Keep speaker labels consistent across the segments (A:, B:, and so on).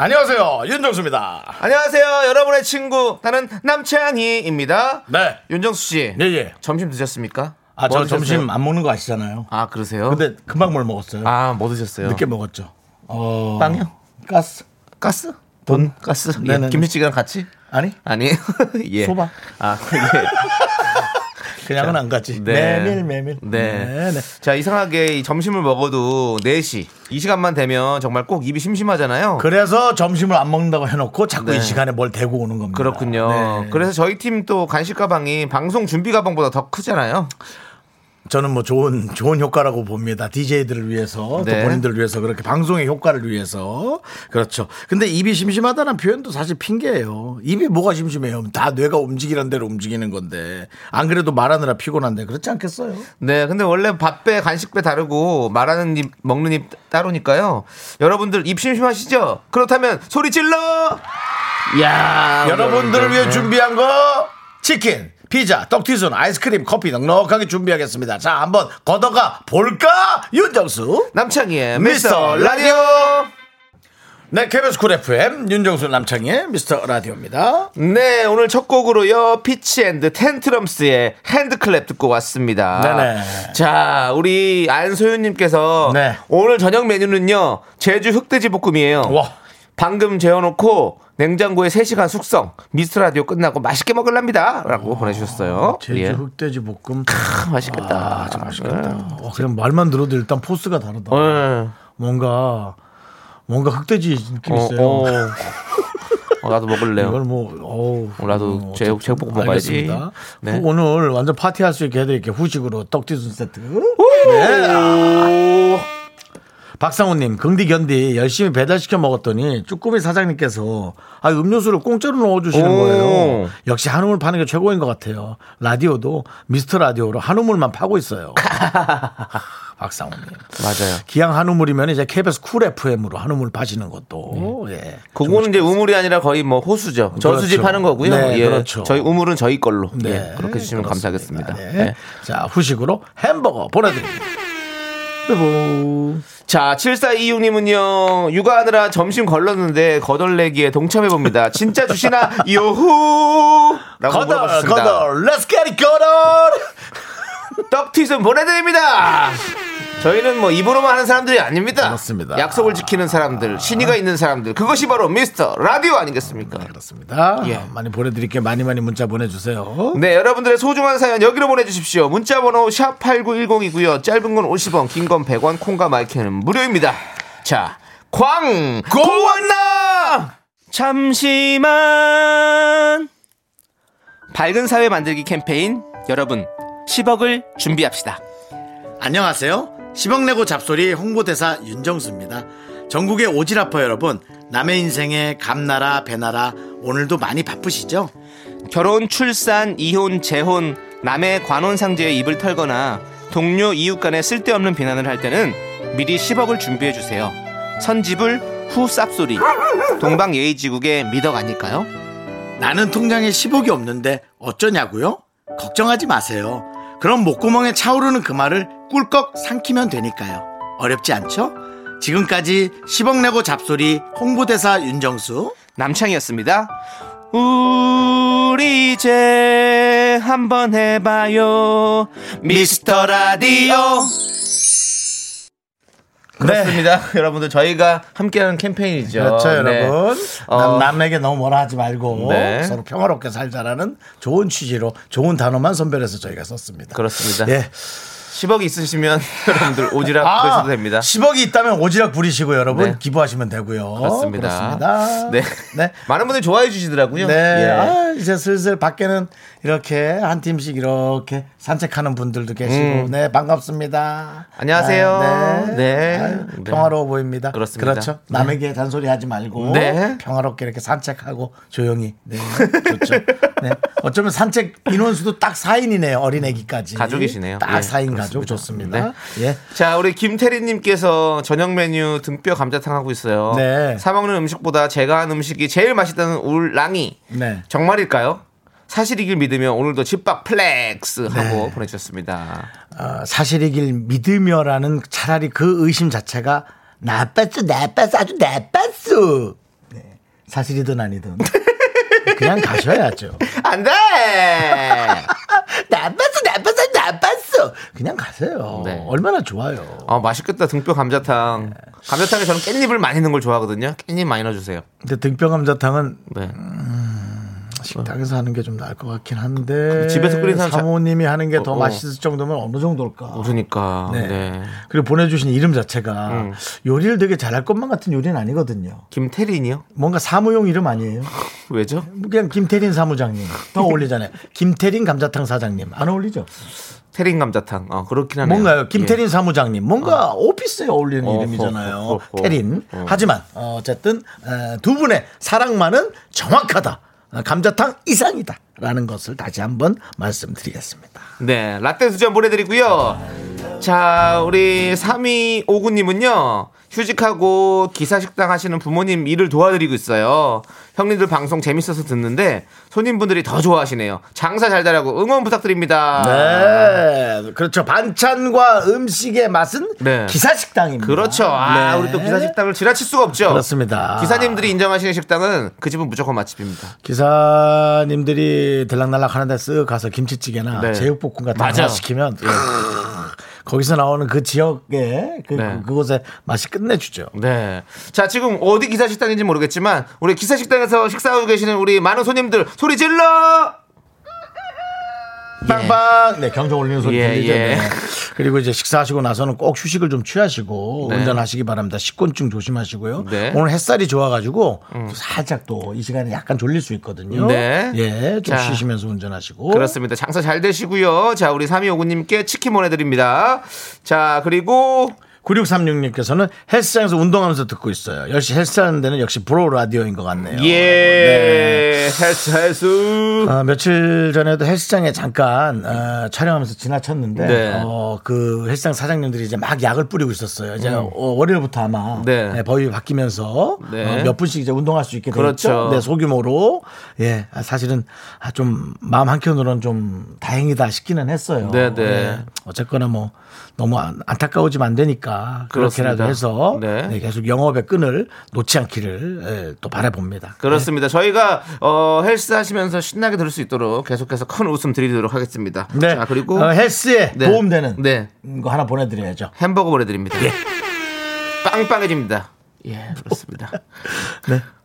A: 안녕하세요 윤정수입니다.
B: 안녕하세요, 여러분의 친구 나는 남창희입니다.
A: 네.
B: 윤정수 씨,
A: 예, 예.
B: 점심 드셨습니까?
A: 아 저
B: 뭐 드셨어요?
A: 점심 안 먹는 거 아시잖아요.
B: 아 그러세요?
A: 근데 금방 뭘 먹었어요.
B: 아뭐 드셨어요?
A: 늦게 먹었죠. 어...
B: 빵이요?
A: 가스.
B: 가스? 돈 가스?
A: 네네.
B: 예. 김치찌개랑 같이?
A: 아니
B: 아니 예.
A: 소바.
B: 아 예.
A: 그냥은 안 가지.
B: 네.
A: 메밀 메밀.
B: 네.
A: 네, 네.
B: 자 이상하게 이 점심을 먹어도 4시 이 시간만 되면 정말 꼭 입이 심심하잖아요.
A: 그래서 점심을 안 먹는다고 해놓고 자꾸
B: 네.
A: 이 시간에 뭘 대고 오는 겁니다.
B: 그렇군요.
A: 네.
B: 그래서 저희 팀 또 간식 가방이 방송 준비 가방보다 더 크잖아요.
A: 저는 뭐 좋은 좋은 효과라고 봅니다. DJ들을 위해서
B: 네.
A: 또 본인들을 위해서 그렇게 방송의 효과를 위해서 그렇죠. 근데 입이 심심하다는 표현도 사실 핑계예요. 입이 뭐가 심심해요? 다 뇌가 움직이는 대로 움직이는 건데 안 그래도 말하느라 피곤한데 그렇지 않겠어요?
B: 네, 근데 원래 밥배 간식배 다르고 말하는 입 먹는 입 따로니까요. 여러분들 입 심심하시죠? 그렇다면 소리 질러! 야,
A: 여러분들을
B: 네.
A: 위해 준비한 거 치킨, 피자, 떡튀순, 아이스크림, 커피 넉넉하게 준비하겠습니다. 자, 한번 걷어가 볼까? 윤정수.
B: 남창희의 미스터
A: 미스터
B: 라디오.
A: 네, KBS 쿨 FM 윤정수 남창희의 미스터 라디오입니다.
B: 네, 오늘 첫 곡으로요. 피치 앤드 텐트럼스의 핸드클랩 듣고 왔습니다.
A: 네네.
B: 자, 우리 안소윤 님께서
A: 네.
B: 오늘 저녁 메뉴는요. 제주 흑돼지 볶음이에요.
A: 와.
B: 방금 재워놓고 냉장고에 3시간 숙성. 미스터 라디오 끝나고 맛있게 먹을랍니다. 라고 보내주셨어요.
A: 아, 제주
B: 예.
A: 흑돼지 볶음.
B: 크, 맛있겠다.
A: 아, 참 맛있겠다. 어, 그냥 말만 들어도 일단 포스가 다르다.
B: 예.
A: 뭔가 뭔가 흑돼지 느낌
B: 어,
A: 있어요.
B: 어. 어, 나도 먹을래요.
A: 이걸 뭐 어우,
B: 어, 나도
A: 어,
B: 제-
A: 어쨌든
B: 제육 볶음 먹어야지.
A: 알겠습니다.
B: 네.
A: 후- 오늘 완전 파티할 수 있게 해드릴게요. 후식으로 떡튀순 세트. 네. 아. 박상우님, 긍디 견디 열심히 배달시켜 먹었더니 쭈꾸미 사장님께서 아, 음료수를 공짜로 넣어주시는
B: 오.
A: 거예요. 역시 한우물 파는 게 최고인 것 같아요. 라디오도 미스터 라디오로 한우물만 파고 있어요. 박상우님.
B: 맞아요.
A: 기왕 한우물이면 이제 KBS 쿨 FM으로 한우물 파시는 것도
B: 네.
A: 예.
B: 그거는 이제 우물이 아니라 거의 뭐 호수죠. 저수지
A: 그렇죠.
B: 파는 거고요.
A: 네,
B: 예.
A: 그렇죠.
B: 저희 우물은 저희 걸로.
A: 네,
B: 예, 그렇게 주시면
A: 그렇습니다.
B: 감사하겠습니다. 예.
A: 네. 자, 후식으로 햄버거 보내드립니다.
B: 자, 7426님은요, 육아하느라 점심 걸렀는데, 거덜내기에 동참해봅니다. 진짜 주시나, 요후! 라고
A: 거덜,
B: 물어봤습니다.
A: 거덜, let's get it, 거덜!
B: 떡튀순 보내드립니다! 저희는 뭐 입으로만 하는 사람들이 아닙니다.
A: 그렇습니다.
B: 약속을 지키는 사람들, 신의가 있는 사람들, 그것이 바로 미스터 라디오 아니겠습니까?
A: 네, 그렇습니다.
B: 예.
A: 많이 보내드릴게요. 많이 많이 문자 보내주세요.
B: 네, 여러분들의 소중한 사연 여기로 보내주십시오. 문자번호 샵8910이고요. 짧은 건 50원, 긴 건 100원, 콩과 마이크는 무료입니다. 자, 광! 고원나! 잠시만! 밝은 사회 만들기 캠페인, 여러분, 10억을 준비합시다.
A: 안녕하세요. 10억 내고 잡소리 홍보대사 윤정수입니다. 전국의 오지라퍼 여러분, 남의 인생에 감나라, 배나라, 오늘도 많이 바쁘시죠?
B: 결혼, 출산, 이혼, 재혼, 남의 관혼상제에 입을 털거나 동료 이웃 간에 쓸데없는 비난을 할 때는 미리 10억을 준비해 주세요. 선지불 후 쌉소리. 동방 예의지국의 미덕 아닐까요?
A: 나는 통장에 10억이 없는데 어쩌냐고요? 걱정하지 마세요. 그럼 목구멍에 차오르는 그 말을 꿀꺽 삼키면 되니까요. 어렵지 않죠? 지금까지 10억 내고 잡소리 홍보대사 윤정수.
B: 남창이었습니다. 우리 이제 한번 해봐요. 미스터 라디오. 그렇습니다. 여러분들 저희가 함께하는 캠페인이죠. 네. 어.
A: 그렇죠, 남에게 너무 뭐라 하지 말고
B: 네.
A: 서로 평화롭게 살자라는 좋은 취지로 좋은 단어만 선별해서 저희가 썼습니다.
B: 그렇습니다.
A: 예.
B: 10억 있으시면 여러분들 오지랖
A: 아,
B: 그러셔도 됩니다.
A: 10억이 있다면 오지랖 부리시고 여러분
B: 네.
A: 기부하시면 되고요.
B: 그렇습니다.
A: 그렇습니다.
B: 네.
A: 네.
B: 많은 분들이 좋아해 주시더라고요.
A: 네.
B: 예.
A: 아, 이제 슬슬 밖에는 이렇게 한 팀씩 이렇게 산책하는 분들도 계시고, 네, 반갑습니다.
B: 음. 안녕하세요.
A: 아, 네.
B: 네.
A: 아유,
B: 네.
A: 평화로워 보입니다.
B: 그렇습니다.
A: 그렇죠. 남에게 잔소리 하지 말고,
B: 네.
A: 평화롭게 이렇게 산책하고 조용히. 네. 좋죠. 네. 어쩌면 산책 인원수도 딱 4인이네요. 어린애기까지.
B: 가족이시네요.
A: 딱
B: 예,
A: 4인
B: 그렇습니다. 네.
A: 가족. 좋습니다. 예.
B: 자, 우리 김태리님께서 저녁 메뉴 등뼈 감자탕 하고 있어요.
A: 네.
B: 사 먹는 음식보다 제가 한 음식이 제일 맛있다는 울랑이.
A: 네.
B: 정말일까요? 사실이길 믿으며 오늘도 집밥 플렉스
A: 네.
B: 하고 보내주셨습니다.
A: 어, 사실이길 믿으며라는 차라리 그 의심 자체가 나빴어, 나빴어, 아주 나빴어. 네. 사실이든 아니든. 그냥 가셔야죠.
B: 안 돼!
A: 나빴어, 나빴어, 나빴어. 그냥 가세요.
B: 네.
A: 얼마나 좋아요.
B: 아, 맛있겠다. 등뼈 감자탕. 감자탕에 저는 깻잎을 많이 넣는 걸 좋아하거든요. 깻잎 많이 넣어주세요.
A: 근데 등뼈 감자탕은
B: 네.
A: 식당에서 하는 게 좀 나을 것 같긴 한데
B: 어. 그 집에서 끓인 사람 잘-
A: 사모님이 하는 게 더
B: 어, 어.
A: 맛있을 정도면 어느 정도일까?
B: 그러니까.
A: 네.
B: 네. 음.
A: 그리고 보내주신 이름 자체가 요리를 되게 잘할 것만 같은 요리는 아니거든요.
B: 김태린이요?
A: 뭔가 사무용 이름 아니에요?
B: 왜죠?
A: 그냥 김태린 사무장님 더 어울리잖아요. 김태린 감자탕 사장님 안 어울리죠?
B: 태린 감자탕. 어, 그렇긴 하네요.
A: 뭔가요? 김태린
B: 예.
A: 사무장님 뭔가 오피스에 어울리는
B: 어허,
A: 이름이잖아요.
B: 어허.
A: 태린.
B: 어.
A: 하지만 어, 어쨌든 에, 두 분의 사랑만은 정확하다. 어, 감자탕 이상이다라는 것을 다시 한번 말씀드리겠습니다.
B: 네, 라떼 두 잔 보내드리고요. 자, 우리 3259님은요, 휴직하고 기사식당 하시는 부모님 일을 도와드리고 있어요. 형님들 방송 재밌어서 듣는데, 손님분들이 더 좋아하시네요. 장사 잘 되라고 응원 부탁드립니다.
A: 네, 그렇죠. 반찬과 음식의 맛은
B: 네.
A: 기사식당입니다.
B: 그렇죠. 아,
A: 네.
B: 우리 또 기사식당을 지나칠 수가 없죠.
A: 그렇습니다.
B: 기사님들이 인정하시는 식당은 그 집은 무조건 맛집입니다.
A: 기사님들이 들락날락 하는데 쓱 가서 김치찌개나
B: 네.
A: 제육볶음 같은 거
B: 맞아요. 예.
A: 하나 시키면 크으, 거기서 나오는 그 지역의 그,
B: 네.
A: 곳의 맛이 끝내주죠.
B: 네. 자, 지금 어디 기사식당인지 모르겠지만, 우리 기사식당에서 식사하고 계시는 우리 많은 손님들, 소리 질러!
A: 어? 빵빵. 네, 경적 올리는 소리
B: 예,
A: 들리죠.
B: 예.
A: 네. 그리고 이제 식사하시고 나서는 꼭 휴식을 좀 취하시고
B: 네.
A: 운전하시기 바랍니다. 식곤증 조심하시고요.
B: 네. 음.
A: 오늘 햇살이 좋아가지고 또 살짝 또 이 시간에 약간 졸릴 수 있거든요.
B: 네.
A: 예, 좀
B: 자.
A: 쉬시면서 운전하시고.
B: 그렇습니다. 장사 잘 되시고요. 자, 우리 3259님께 치킨 보내드립니다. 자, 그리고
A: 9636님께서는 헬스장에서 운동하면서 듣고 있어요. 역시 헬스하는 데는 역시 브로 라디오인 것 같네요. 네.
B: 예 헬스 헬스
A: 어, 며칠 전에도 헬스장에 잠깐 어, 촬영하면서 지나쳤는데
B: 네.
A: 어, 그 헬스장 사장님들이 이제 막 약을 뿌리고 있었어요. 이제 어, 월요일부터 아마
B: 음. 네.
A: 네, 법이 바뀌면서
B: 네.
A: 어, 몇 분씩 이제 운동할 수 있게
B: 그렇죠.
A: 됐죠. 네, 소규모로 예 아, 사실은 아, 좀 마음 한켠으로는 좀 다행이다 싶기는 했어요.
B: 네, 네.
A: 예, 어쨌거나 뭐 너무 안, 안타까워지면 안 되니까
B: 그렇습니다.
A: 그렇게라도 해서
B: 네.
A: 네, 계속 영업의 끈을 놓지 않기를 예, 또 바라봅니다.
B: 그렇습니다. 저희가 어, 헬스 하시면서 신나게 들을 수 있도록 계속해서 큰 웃음 드리도록 하겠습니다.
A: 네.
B: 자, 그리고
A: 어, 헬스에
B: 네.
A: 도움되는
B: 네.
A: 거 하나 보내드려야죠.
B: 햄버거 보내드립니다. 빵빵해집니다. 예, 그렇습니다.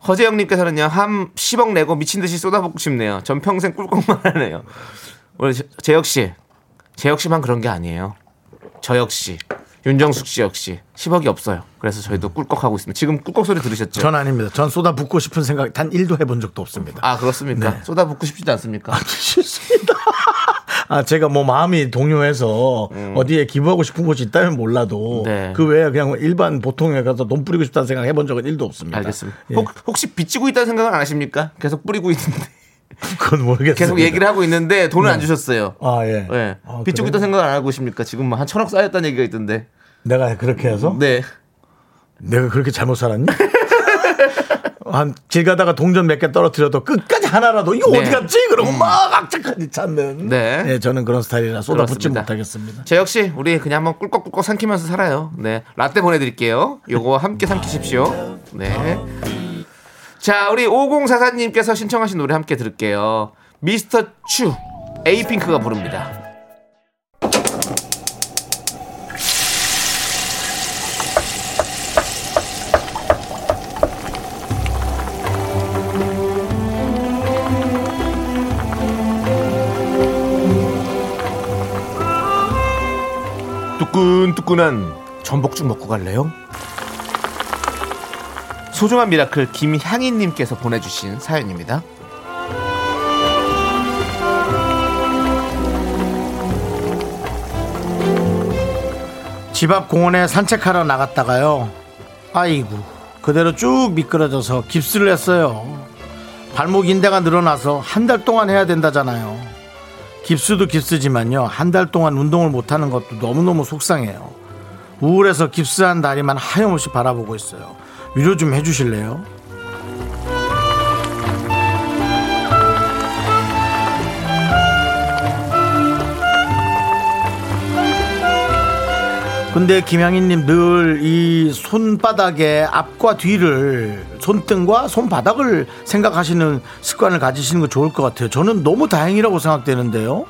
B: 허재영님께서는요, 함 10억 내고 미친 듯이 쏟아붓고 싶네요. 전 평생 꿀꺽만 하네요. 우리 제- 재혁 씨, 재혁 씨만 그런 게 아니에요. 저 역시, 윤정숙 씨 역시 10억이 없어요. 그래서 저희도 꿀꺽하고 있습니다. 지금 꿀꺽 소리 들으셨죠?
A: 전 아닙니다. 전 쏟아 붓고 싶은 생각 단일도 해본 적도 없습니다.
B: 아, 그렇습니까? 쏟아붓고 싶지도 않습니까?
A: 실수입니다. 아, 제가 뭐 마음이 동요해서 어디에 기부하고 싶은 곳이 있다면 몰라도
B: 음. 네.
A: 그 외에 그냥 일반 보통에 가서 돈 뿌리고 싶다는 생각 해본 적은 일도 없습니다.
B: 알겠습니다.
A: 예,
B: 혹, 혹시 빚지고 있다는 생각은 안 하십니까? 계속 뿌리고 있는데.
A: 그건 모르겠습니다.
B: 계속 얘기를 하고 있는데 돈을 안 주셨어요.
A: 아, 예.
B: 예.
A: 아,
B: 빚지고 있다
A: 그래요?
B: 생각 안 하고 있습니까? 지금 뭐한 천억 쌓였다는 얘기가 있던데.
A: 내가 그렇게 해서
B: 네.
A: 내가 그렇게 잘못 살았니? 한 길 가다가 동전 몇 개 떨어뜨려도 끝까지 하나라도 이거
B: 네.
A: 어디 갔지? 그러고 막 악착같이 찾는.
B: 네.
A: 예, 저는 그런 스타일이라 쏟아붓지
B: 그렇습니다.
A: 못하겠습니다.
B: 저 역시 우리 그냥 한번 꿀꺽꿀꺽 삼키면서 살아요. 네. 라떼 보내드릴게요. 요거 함께 삼키십시오. 네. 자, 우리 5044님께서 신청하신 노래 함께 들을게요. 미스터 추, 에이핑크가 부릅니다. 뜨끈뜨끈한 전복죽 먹고 갈래요? 소중한 미라클 김향인님께서 보내주신 사연입니다.
A: 집 앞 공원에 산책하러 나갔다가요. 아이고, 그대로 쭉 미끄러져서 깁스를 했어요. 발목 인대가 늘어나서 한 달 동안 해야 된다잖아요. 깁스도 깁스지만요. 한 달 동안 운동을 못하는 것도 너무너무 속상해요. 우울해서 깁스한 다리만 하염없이 바라보고 있어요. 위로 좀 해주실래요? 근데 김양희님 늘 이 손바닥의 앞과 뒤를 손등과 손바닥을 생각하시는 습관을 가지시는 거 좋을 것 같아요. 저는 너무 다행이라고 생각되는데요.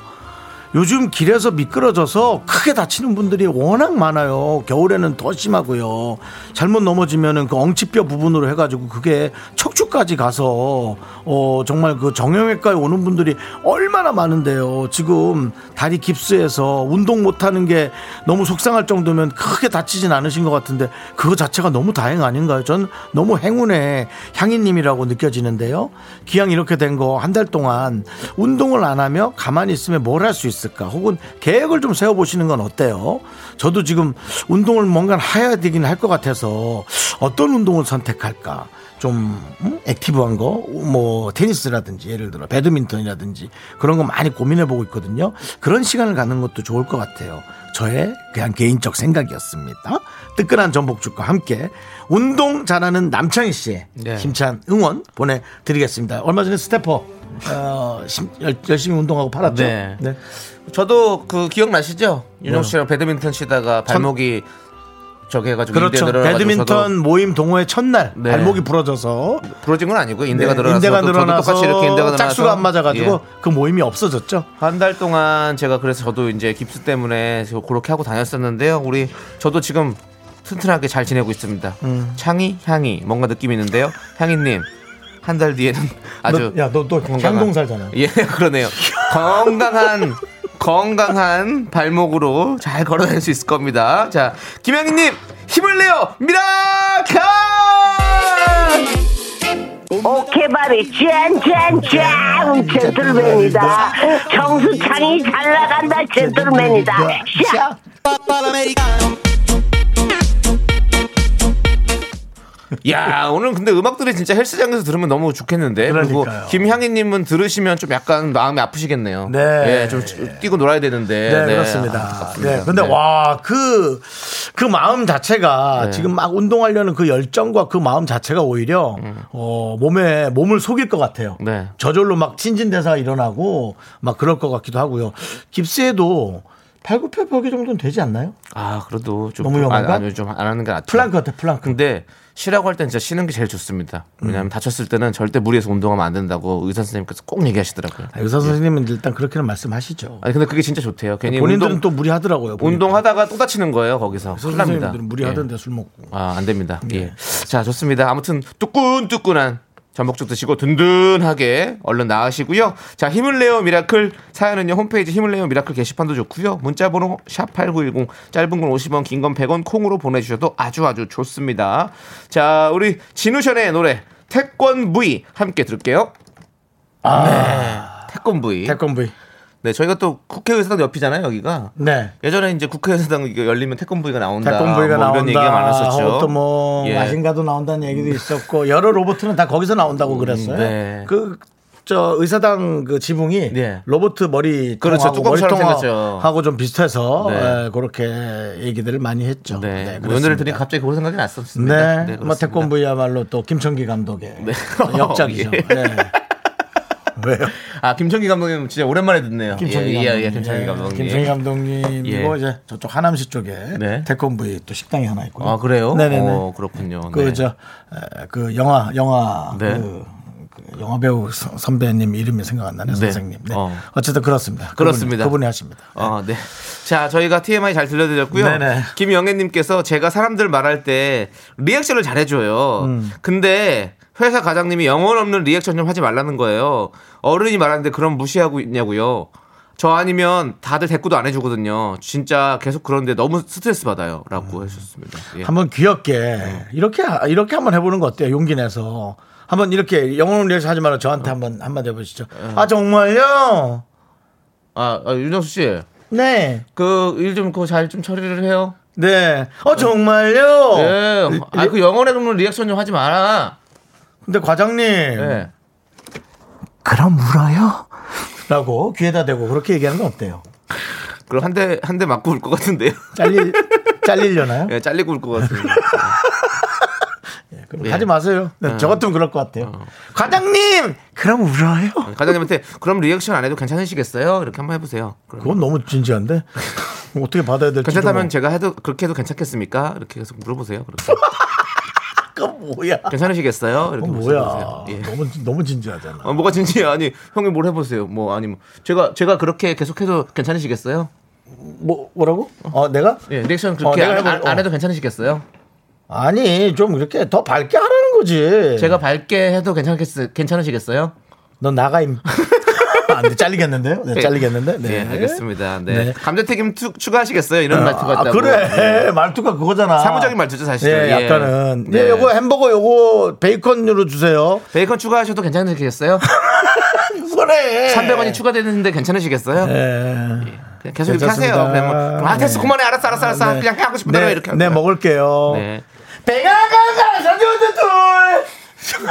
A: 요즘 길에서 미끄러져서 크게 다치는 분들이 워낙 많아요. 겨울에는 더 심하고요. 잘못 넘어지면은 그 엉치뼈 부분으로 해가지고 그게 척추까지 가서 어 정말 그 정형외과에 오는 분들이 얼마나 많은데요. 지금 다리 깁스해서 운동 못하는 게 너무 속상할 정도면 크게 다치진 않으신 것 같은데 그거 자체가 너무 다행 아닌가요? 전 너무 행운의 향인님이라고 느껴지는데요. 기왕 이렇게 된 거 한 달 동안 운동을 안 하며 가만히 있으면 뭘 할 수 있을까? 혹은 계획을 좀 세워보시는 건 어때요? 저도 지금 운동을 뭔가 해야 되긴 할 것 같아서 어떤 운동을 선택할까? 좀 음? 액티브한 거 뭐 테니스라든지 예를 들어 배드민턴이라든지 그런 거 많이 고민해 보고 있거든요. 그런 시간을 갖는 것도 좋을 것 같아요. 저의 그냥 개인적 생각이었습니다. 뜨끈한 전복죽과 함께 운동 잘하는 남창희 씨의
B: 네.
A: 힘찬 응원 보내드리겠습니다. 얼마 전에 스태퍼 어, 심- 열- 열심히 운동하고 팔았죠.
B: 네. 저도 그 기억나시죠? 윤영
A: 네.
B: 씨랑 배드민턴 치다가 발목이 저기 해가지고 인대
A: 그렇죠.
B: 늘어나가지고
A: 배드민턴 모임 동호회 첫날
B: 네.
A: 발목이 부러져서
B: 저도 부러진 건 아니고 인대가
A: 네,
B: 늘어나서
A: 인대가
B: 또 저도
A: 늘어나서
B: 똑같이 이렇게 인대가 늘어나서 예.
A: 짝수가 안 맞아가지고 그 모임이 없어졌죠.
B: 한 달 동안 제가 그래서 저도 이제 깁스 때문에 저 그렇게 하고 다녔었는데요. 우리 저도 지금 튼튼하게 잘 지내고 있습니다.
A: 음.
B: 창이 향이 뭔가 느낌이 있는데요. 향이님 한 달 뒤에는 아주
A: 너- 야, 너- 너
B: 건강한-
A: 향동 살잖아.
B: 예, 그러네요. 건강한 건강한 발목으로 잘 걸어다닐 수 있을 겁니다. 자, 김양희님 힘을 내요 미라카!
C: 오케바리 짠짠짠 젠틀맨이다 정수창이 잘 나간다 젠틀맨이다 샤
B: 야 오늘 근데 음악들이 진짜 헬스장에서 들으면 너무 좋겠는데 그리고
A: 그러니까요.
B: 김향희님은 들으시면 좀 약간 마음이 아프시겠네요.
A: 네.
B: 예, 좀 뛰고 놀아야 되는데.
A: 네,
B: 아,
A: 그렇습니다.
B: 안타깝습니다.
A: 네, 근데
B: 네.
A: 와, 그, 그 마음 자체가 지금 막 운동하려는 그 열정과 그 마음 자체가 오히려 어, 몸에, 몸을 속일 것 같아요.
B: 네.
A: 저절로 막 친진대사 일어나고 막 그럴 것 같기도 하고요. 깁스에도 팔굽혀펴기 정도는 되지 않나요?
B: 아 그래도 좀
A: 너무
B: 안,
A: 위험한가?
B: 아니요 좀안 하는 게 낫죠.
A: 플랑크 같아, 플랑크.
B: 근데 쉬라고 할 땐 진짜 쉬는 게 제일 좋습니다.
A: 음.
B: 왜냐하면 다쳤을 때는 절대 무리해서 운동하면 안 된다고 의사 선생님께서 꼭 얘기하시더라고요.
A: 아, 의사 선생님은 일단 그렇게는 말씀하시죠.
B: 아니 근데 그게 진짜 좋대요. 괜히
A: 본인들은
B: 운동,
A: 또 무리하더라고요. 보니까.
B: 운동하다가 또 다치는 거예요 거기서.
A: 의사
B: 큰일 납니다.
A: 선생님들은 무리하던데 술 먹고.
B: 아, 안 됩니다. 예. 자, 좋습니다. 아무튼 뚜끈뚜끈한 전복죽 드시고 든든하게 얼른 나으시고요. 자, 힘을 내요 미라클 사연은요. 홈페이지 힘을 내요 미라클 게시판도 좋고요. 문자 번호 샵8910 짧은 건 50원, 긴 건 100원 콩으로 보내 주셔도 아주 아주 좋습니다. 자, 우리 진우션의 노래 태권브이 함께 들을게요. 네. 태권브이.
A: 태권브이.
B: 네, 저희가 또 국회의사당 옆이잖아요, 여기가.
A: 네.
B: 예전에 이제 국회의사당 이거 열리면 태권브이가 나온다. 뭐
A: 태권브이가 나온다.
B: 이런 얘기가 많았었죠.
A: 또 뭐
B: 예.
A: 마신가도 나온다는 얘기도 있었고 여러 로봇은 다 거기서 나온다고 그랬어요.
B: 네.
A: 그. 저 의사당 그 지붕이
B: 네.
A: 로봇 머리
B: 그렇죠. 뚜껑처럼 생겼죠.
A: 하고 좀 비슷해서
B: 네.
A: 예, 그렇게 얘기들을 많이 했죠.
B: 네.
A: 그렇습니다.
B: 뭐 연애를 들으니 갑자기 그런 생각이 났었습니다.
A: 네,
B: 그렇습니다. 네.
A: 뭐 태권브이야말로 또 김청기 감독의 역작이죠.
B: 예.
A: 네. 왜요?
B: 아 김청기 감독님 진짜 오랜만에 듣네요.
A: 김창희
B: 예,
A: 감독님.
B: 예, 예, 김청기 감독님.
A: 김창희 감독님이고
B: 예.
A: 이제 저쪽 하남시 쪽에
B: 네.
A: 태권브이 또 식당이 하나 있고요.
B: 아 그래요?
A: 네네네.
B: 어, 그렇군요. 네.
A: 그저그 영화 영화
B: 네.
A: 그, 그 영화 배우 선- 선배님 이름이 생각 안 나네요.
B: 네.
A: 선생님. 네.
B: 어.
A: 어. 쨌든 그렇습니다. 그분이-
B: 그렇습니다.
A: 그분이, 하십니다.
B: 어, 네. 자, 저희가 TMI 잘 들려드렸고요.
A: 네네.
B: 김영애님께서 제가 사람들 말할 때 리액션을 잘 해줘요.
A: 음.
B: 근데 회사 과장님이 영혼 없는 리액션 좀 하지 말라는 거예요. 어른이 말하는데 그럼 무시하고 있냐고요. 저 아니면 다들 대꾸도 안 해주거든요. 진짜 계속 그런데 너무 스트레스 받아요라고 하셨습니다. 예.
A: 음.
B: 네.
A: 한번 귀엽게 이렇게 이렇게 한번 해보는 거 어때요? 용기 내서 한번 이렇게 영혼을 위해서 하지 말고 저한테 한번 한마디 해보시죠.
B: 어.
A: 아 정말요?
B: 아, 아 윤정수 씨,
A: 네,
B: 그 일 좀 그거 잘 좀 처리를 해요.
A: 네. 어 정말요?
B: 예.
A: 리-
B: 아, 그 영혼의 동물 리액션 좀 하지 마라.
A: 근데 과장님
B: 예.
A: 그럼 울어요? 라고 귀에다 대고 그렇게 얘기하는 건 어때요?
B: 그럼 한 대 한 대 맞고 울 것 같은데요.
A: 잘릴 잘리려나요?
B: 예, 잘리고 울 것 같습니다.
A: 그럼
B: 예. 어.
A: 하지 마세요. 네, 저 같으면 그럴 것 같아요. 과장님 그럼 울어요?
B: 예, 과장님한테 그럼 리액션 안 해도 괜찮으시겠어요? 이렇게 한번 해보세요. 그럼
A: 그건 너무 진지한데 어떻게 받아야 될지 좀-
B: 괜찮다면 제가 해도 그렇게 해도 괜찮겠습니까? 이렇게 계속 물어보세요. 그렇게.
A: 그건 뭐야?
B: 예, 괜찮으시겠어요? 이렇게
A: 그건
B: 물어보세요.
A: 뭐야?
B: 예.
A: 너무 너무 진지하잖아.
B: 아, 뭐가 진지해? 아니 형이 뭘 해보세요? 뭐 아니면 제가 제가 그렇게 계속해도 괜찮으시겠어요?
A: 뭐 뭐라고? 어 내가?
B: 예, 리액션
A: 어,
B: 그렇게
A: 내가
B: 안,
A: 해볼-
B: 안- 안 해도 괜찮으시겠어요?
A: 아니 좀 이렇게 더 밝게 하라는 거지.
B: 제가 밝게 해도 괜찮겠 괜찮으시겠어요?
A: 너 나가 임. 안 돼, 잘리겠는데요? 네, 잘리겠는데. 네.
B: 예, 알겠습니다. 네.
A: 네.
B: 감자튀김 투, 추가하시겠어요? 이런 말투
A: 아,
B: 같다고. 네. 예.
A: 그래 말투가 그거잖아.
B: 사무적인 말투죠, 사실은.
A: 예,
B: 예.
A: 약간은. 예,
B: 네.
A: 요거 햄버거 요거 베이컨으로 주세요.
B: 베이컨 추가하셔도 괜찮으시겠어요?
A: 그래.
B: 300원이 추가되는데 괜찮으시겠어요?
A: 예.
B: 그냥 계속 이렇게 하세요.
A: 괜찮습니다.
B: 그냥 뭐, 그럼 아, 됐어.
A: 네.
B: 그만해. 알았어, 알았어, 알았어.
A: 네.
B: 그냥 하고 싶은 대로
A: 네,
B: 이렇게.
A: 네,
B: 하고.
A: 먹을게요.
B: 네.
A: 배가 가가 전혀도 둘.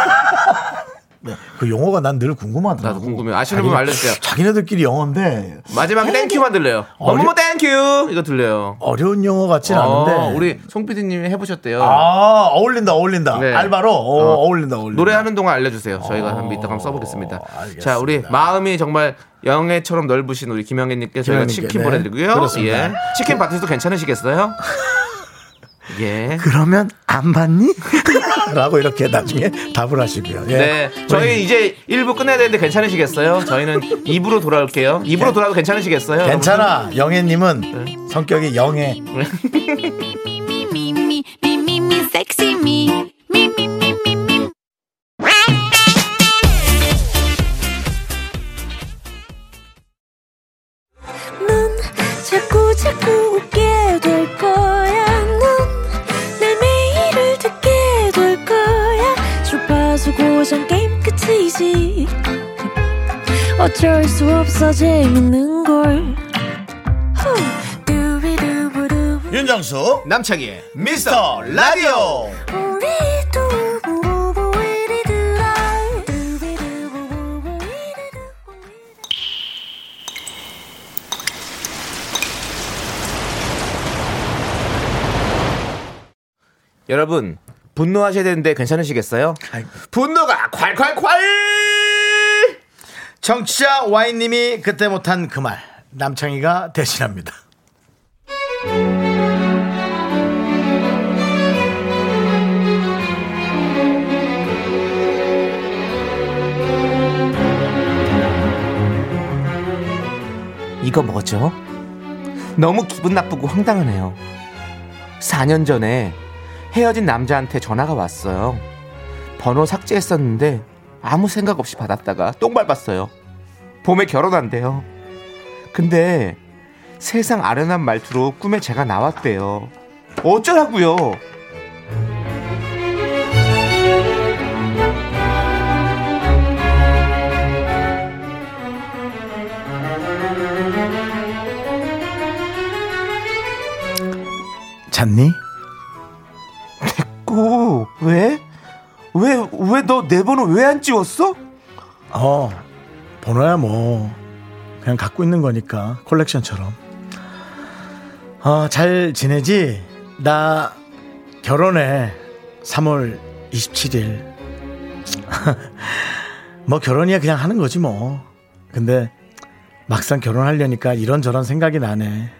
A: 네, 그 용어가 난 늘 궁금하더라고.
B: 나도 궁금해. 아시는 분 알려주세요.
A: 자기네들끼리 영어인데
B: 마지막에 땡큐만 들려요. 어머머 땡큐! 이거 들려요.
A: 어려운 영어 같진
B: 어,
A: 않은데.
B: 우리 송 PD님이 해보셨대요.
A: 아 어울린다 어울린다.
B: 네.
A: 알바로 어, 울린다 어울린다.
B: 노래하는 동안 알려주세요. 저희가 한번 이따가 한번 써보겠습니다.
A: 어, 알겠습니다.
B: 자, 우리 마음이 정말 영애처럼 넓으신 우리 김영애님께 저희가
A: 김영애님께,
B: 치킨
A: 네.
B: 보내드리고요.
A: 그렇습니다.
B: 예. 치킨 받으셔도 괜찮으시겠어요? 예.
A: 그러면 안 봤니? 라고 이렇게 나중에 답을 하시고요. 예.
B: 네. 저희 이제 1부 끝내야 되는데 괜찮으시겠어요? 저희는 2부로 돌아올게요. 2부로 돌아도 네. 괜찮으시겠어요?
A: 괜찮아. 영애님은
B: 네.
A: 성격이 영애.
D: me, me, me, me, me, sexy me. Me, me, me, me, me. 넌 자꾸, 자꾸 웃게 될 거야. 넌내 매일을 듣게 될 거야. 주파수 고정 게임 끝이지. 어쩔 수 없어, 재밌는 걸. 후. 두비두부두.
A: 윤정수
B: 남창희의
A: 미스터 라디오.
B: 여러분 분노하셔야 되는데 괜찮으시겠어요?
A: 아이고.
B: 분노가 콸콸콸!
A: 청취자 와인님이 그때 못한 그 말. 남창희가 대신합니다.
B: 이거 뭐죠? 너무 기분 나쁘고 황당하네요. 4년 전에 헤어진 남자한테 전화가 왔어요. 번호 삭제했었는데 아무 생각 없이 받았다가 똥 밟았어요. 봄에 결혼한대요. 근데 세상 아련한 말투로 꿈에 제가 나왔대요. 어쩌라고요?
A: 잤니?
B: 고 어, 왜? 왜 왜 너 내 번호 왜 안 지웠어?
A: 어, 번호야 뭐 그냥 갖고 있는 거니까 콜렉션처럼. 어, 잘 지내지? 나 결혼해. 3월 27일. 뭐 결혼이야 그냥 하는 거지 뭐. 근데 막상 결혼하려니까 이런저런 생각이 나네.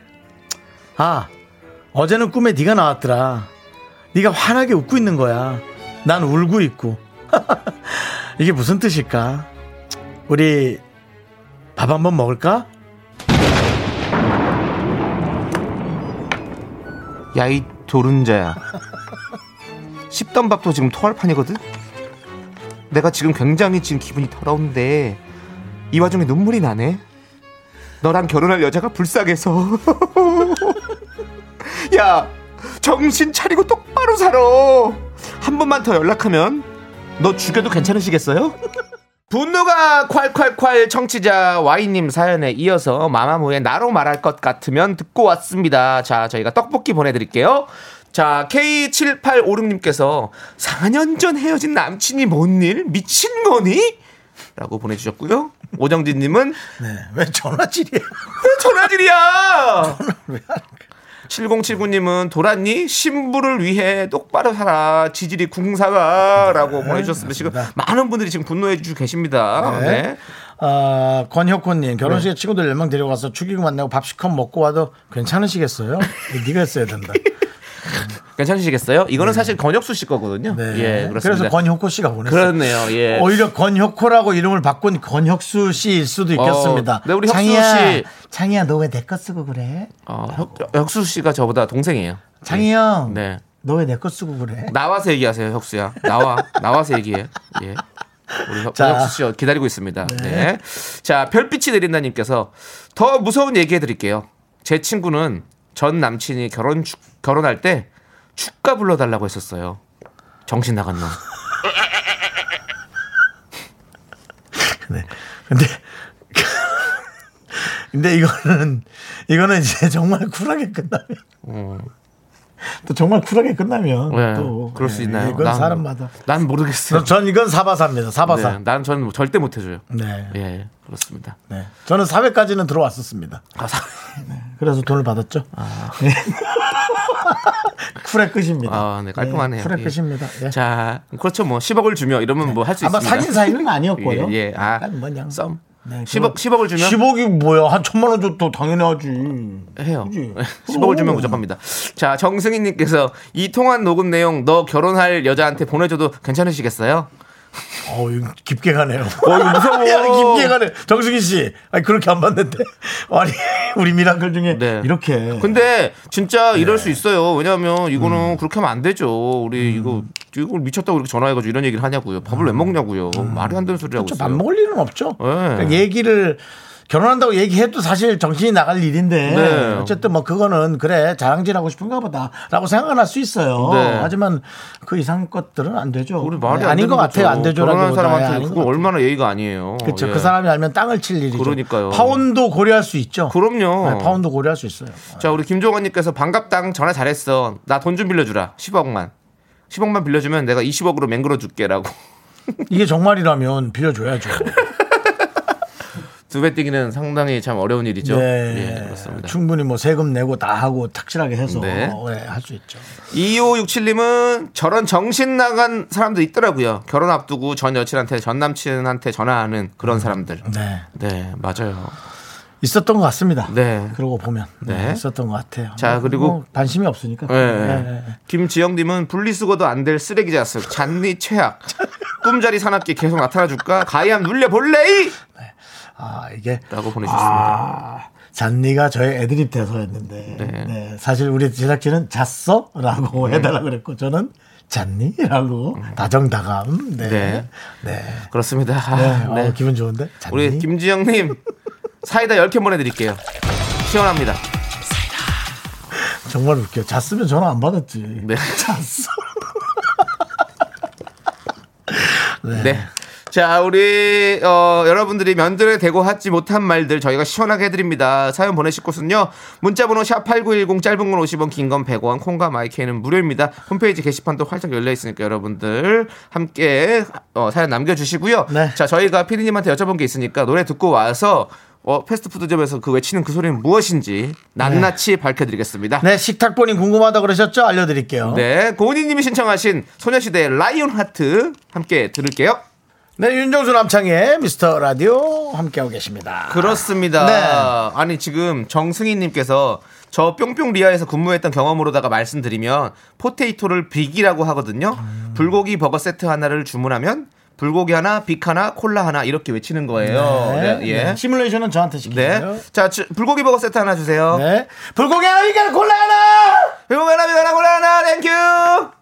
A: 아, 어제는 꿈에 네가 나왔더라. 네가 환하게 웃고 있는 거야. 난 울고 있고. 이게 무슨 뜻일까? 우리 밥 한번 먹을까?
B: 야 이 도른자야 씹던 밥도 지금 토할 판이거든 내가 지금 굉장히 지금 기분이 더러운데 이 와중에 눈물이 나네 너랑 결혼할 여자가 불쌍해서. 야, 정신 차리고 똑바로 살아. 한 번만 더 연락하면 너 죽여도 괜찮으시겠어요? 분노가 콸콸콸 청취자 Y님 사연에 이어서 마마무의 나로 말할 것 같으면 듣고 왔습니다. 자, 저희가 떡볶이 보내드릴게요. 자, K7856님께서 4년 전 헤어진 남친이 뭔 일? 미친 거니? 라고 보내주셨고요. 오정진님은
A: 네. 왜 전화질이에요?
B: 전화질이야! 7079님은 돌았니? 신부를 위해 똑바로 살아. 지질이 궁사가. 라고 보내주셨습니다. 지금 많은 분들이 지금 분노해 주고 계십니다. 네.
A: 네. 어, 권혁호님 결혼식에 친구들 열명 데려가서 축의금 만나고 밥 시컷 먹고 와도 괜찮으시겠어요? 이거 네가 했어야 된다.
B: 괜찮으시겠어요? 이거는 사실 권혁수 씨 거거든요.
A: 네.
B: 예,
A: 그래서
B: 그렇습니다.
A: 권혁호 씨가 보냈어요.
B: 그렇네요. 예.
A: 오히려 권혁호라고 이름을 바꾼 권혁수 씨일 수도 있겠습니다.
B: 어, 네, 우리 혁수
A: 장희야,
B: 씨.
A: 장희야, 너 왜 내 거 쓰고 그래?
B: 어, 혁, 혁수 씨가 저보다 동생이에요.
A: 장희 형,
B: 네.
A: 너 왜 내 거 쓰고 그래?
B: 나와서 얘기하세요, 혁수야. 나와. 나와서 얘기해. 예. 우리 혁-
A: 자.
B: 혁수 씨 기다리고 있습니다. 네. 자, 별빛이 내린다님께서 더 무서운 얘기 해드릴게요. 제 친구는 전 남친이 결혼, 축- 결혼할 때 축가 불러달라고 했었어요. 정신 나간 놈.
A: 네. 근데 근데 이거는 이거는 이제 정말 쿨하게 끝나면 또 정말 쿨하게 끝나면
B: 음. 네,
A: 또
B: 그럴 수
A: 예,
B: 있나요?
A: 이건
B: 난-
A: 사람마다.
B: 난 모르겠어요.
A: 저- 전 이건 사바사입니다. 사바사.
B: 네, 난 저는 절대 못 해줘요.
A: 네. 네.
B: 예, 그렇습니다.
A: 저는 사회까지는 들어왔었습니다.
B: 아, 사-
A: 그래서 돈을 받았죠. 네. 쿨의 끝입니다.
B: 아, 네, 깔끔하네요.
A: 네, 쿨의
B: 예.
A: 끝입니다. 예.
B: 자, 그렇죠. 뭐 10억을 주면 이러면 뭐 할 수
A: 아마
B: 있습니다.
A: 사귄 사이는 아니었고요.
B: 예, 예. 아,
A: 약간 뭐 그냥
B: 썸.
A: 네,
B: 10억, 10억을 주면
A: 10억이 뭐야? 한 천만 원 줘도 당연히 하지.
B: 해요.
A: 그지?
B: 10억을 주면 무조건입니다. 자, 정승희님께서 이 통한 녹음 내용 너 결혼할 여자한테 보내줘도 괜찮으시겠어요?
A: 어, 이거 깊게 가네요.
B: 어, 이거 무서워.
A: 야, 깊게 가네. 정승희 씨, 아니 그렇게 안 봤는데. 아니 우리 미라클 중에
B: 네.
A: 이렇게. 네.
B: 근데 진짜 이럴 수 있어요. 왜냐하면 이거는
A: 음.
B: 그렇게 하면 안 되죠. 우리 이거 이걸 미쳤다고 이렇게 전화해가지고 이런 얘기를 하냐고요. 밥을 왜 먹냐고요. 말이 안 되는 소리 하고
A: 음. 그렇죠.
B: 있어요.
A: 밥 먹을 일은 없죠. 그러니까
B: 네.
A: 얘기를 결혼한다고 얘기해도 사실 정신이 나갈 일인데
B: 네.
A: 어쨌든 뭐 그거는 그래 자랑질하고 싶은가 보다라고 생각은 할 수 있어요.
B: 네.
A: 하지만 그 이상 것들은 안 되죠.
B: 우리 말이
A: 네,
B: 안
A: 아닌
B: 되는
A: 것 같아요. 안 네, 되죠.
B: 결혼한 사람한테 그거 얼마나 예의가 아니에요.
A: 그렇죠.
B: 예.
A: 그 사람이 알면 땅을 칠 일이죠.
B: 그러니까요.
A: 파혼도 고려할 수 있죠.
B: 그럼요.
A: 네, 파혼도 고려할 수 있어요.
B: 자 우리 김종원님께서 반갑당 전화 잘했어. 나 돈 좀 빌려주라. 10억만. 10억만 빌려주면 내가 20억으로 맹글어 줄게라고.
A: 이게 정말이라면 빌려줘야죠.
B: 두 배 뛰기는 상당히 참 어려운 일이죠.
A: 네,
B: 예, 그렇습니다.
A: 충분히 뭐 세금 내고 다 하고 착실하게 해서 어, 예,
B: 네.
A: 할 수 있죠.
B: 2567님은 저런 정신 나간 사람도 있더라고요. 결혼 앞두고 전 여친한테 전 남친한테 전화하는 그런 사람들.
A: 네,
B: 네, 맞아요.
A: 있었던 것 같습니다.
B: 네.
A: 그러고 보면 네,
B: 네.
A: 있었던 것 같아요.
B: 자, 그리고-
A: 뭐 관심이 없으니까.
B: 예.
A: 네, 네, 네.
B: 김지영님은 분리수거도 안 될 쓰레기 자습 잔니 최악 꿈자리 사납게 계속 나타나줄까 가이함 눌려볼래이
A: 아 이게
B: 라고 보내주셨습니다
A: 아, 잔니가 저의 애드립 대사였는데 네. 사실 우리 제작진은 잤어라고
B: 네.
A: 해달라 그랬고 저는 잔니라고 다정다감. 네, 네.
B: 음. 네. 그렇습니다 아,
A: 어,
B: 네.
A: 기분 좋은데. 잔니.
B: 우리 김지영님 사이다 10캔 보내드릴게요 시원합니다
A: 정말 웃겨. 잤으면 전화 안 받았지.
B: 네.
A: 잤어.
B: 네. 자, 우리 어, 여러분들이 면전에 대고 하지 못한 말들 저희가 시원하게 해드립니다. 사연 보내실 곳은요. 문자번호 샵8910 짧은 건 50원, 긴 건 100원, 콩과 마이크는 무료입니다. 홈페이지 게시판도 활짝 열려 있으니까 여러분들 함께 어, 사연 남겨주시고요.
A: 네.
B: 자, 저희가 피디님한테 여쭤본 게 있으니까 노래 듣고 와서 어, 패스트푸드점에서 그 외치는 그 소리는 무엇인지 낱낱이 밝혀드리겠습니다.
A: 네, 식탁 본인 궁금하다 그러셨죠? 알려드릴게요. 네.
B: 네, 고은이님이 신청하신 소녀시대의 라이온 하트 함께 들을게요.
A: 네, 윤정수 남창의 미스터 라디오 함께하고 계십니다.
B: 그렇습니다.
A: 네.
B: 아니 지금 정승희님께서 저 뿅뿅 리아에서 근무했던 경험으로다가 말씀드리면 포테이토를 빅이라고 하거든요. 불고기 버거 세트 하나를 주문하면 불고기 하나, 빅 하나, 콜라 하나 이렇게 외치는 거예요.
A: 네,
B: 네, 예.
A: 네. 시뮬레이션은 저한테
B: 네.
A: 시키세요.
B: 자, 주- 불고기 버거 세트 하나 주세요.
A: 네. 불고기 하나, 이거 콜라 하나!
B: 불고기 하나, 빅 하나, 콜라 하나, 땡큐!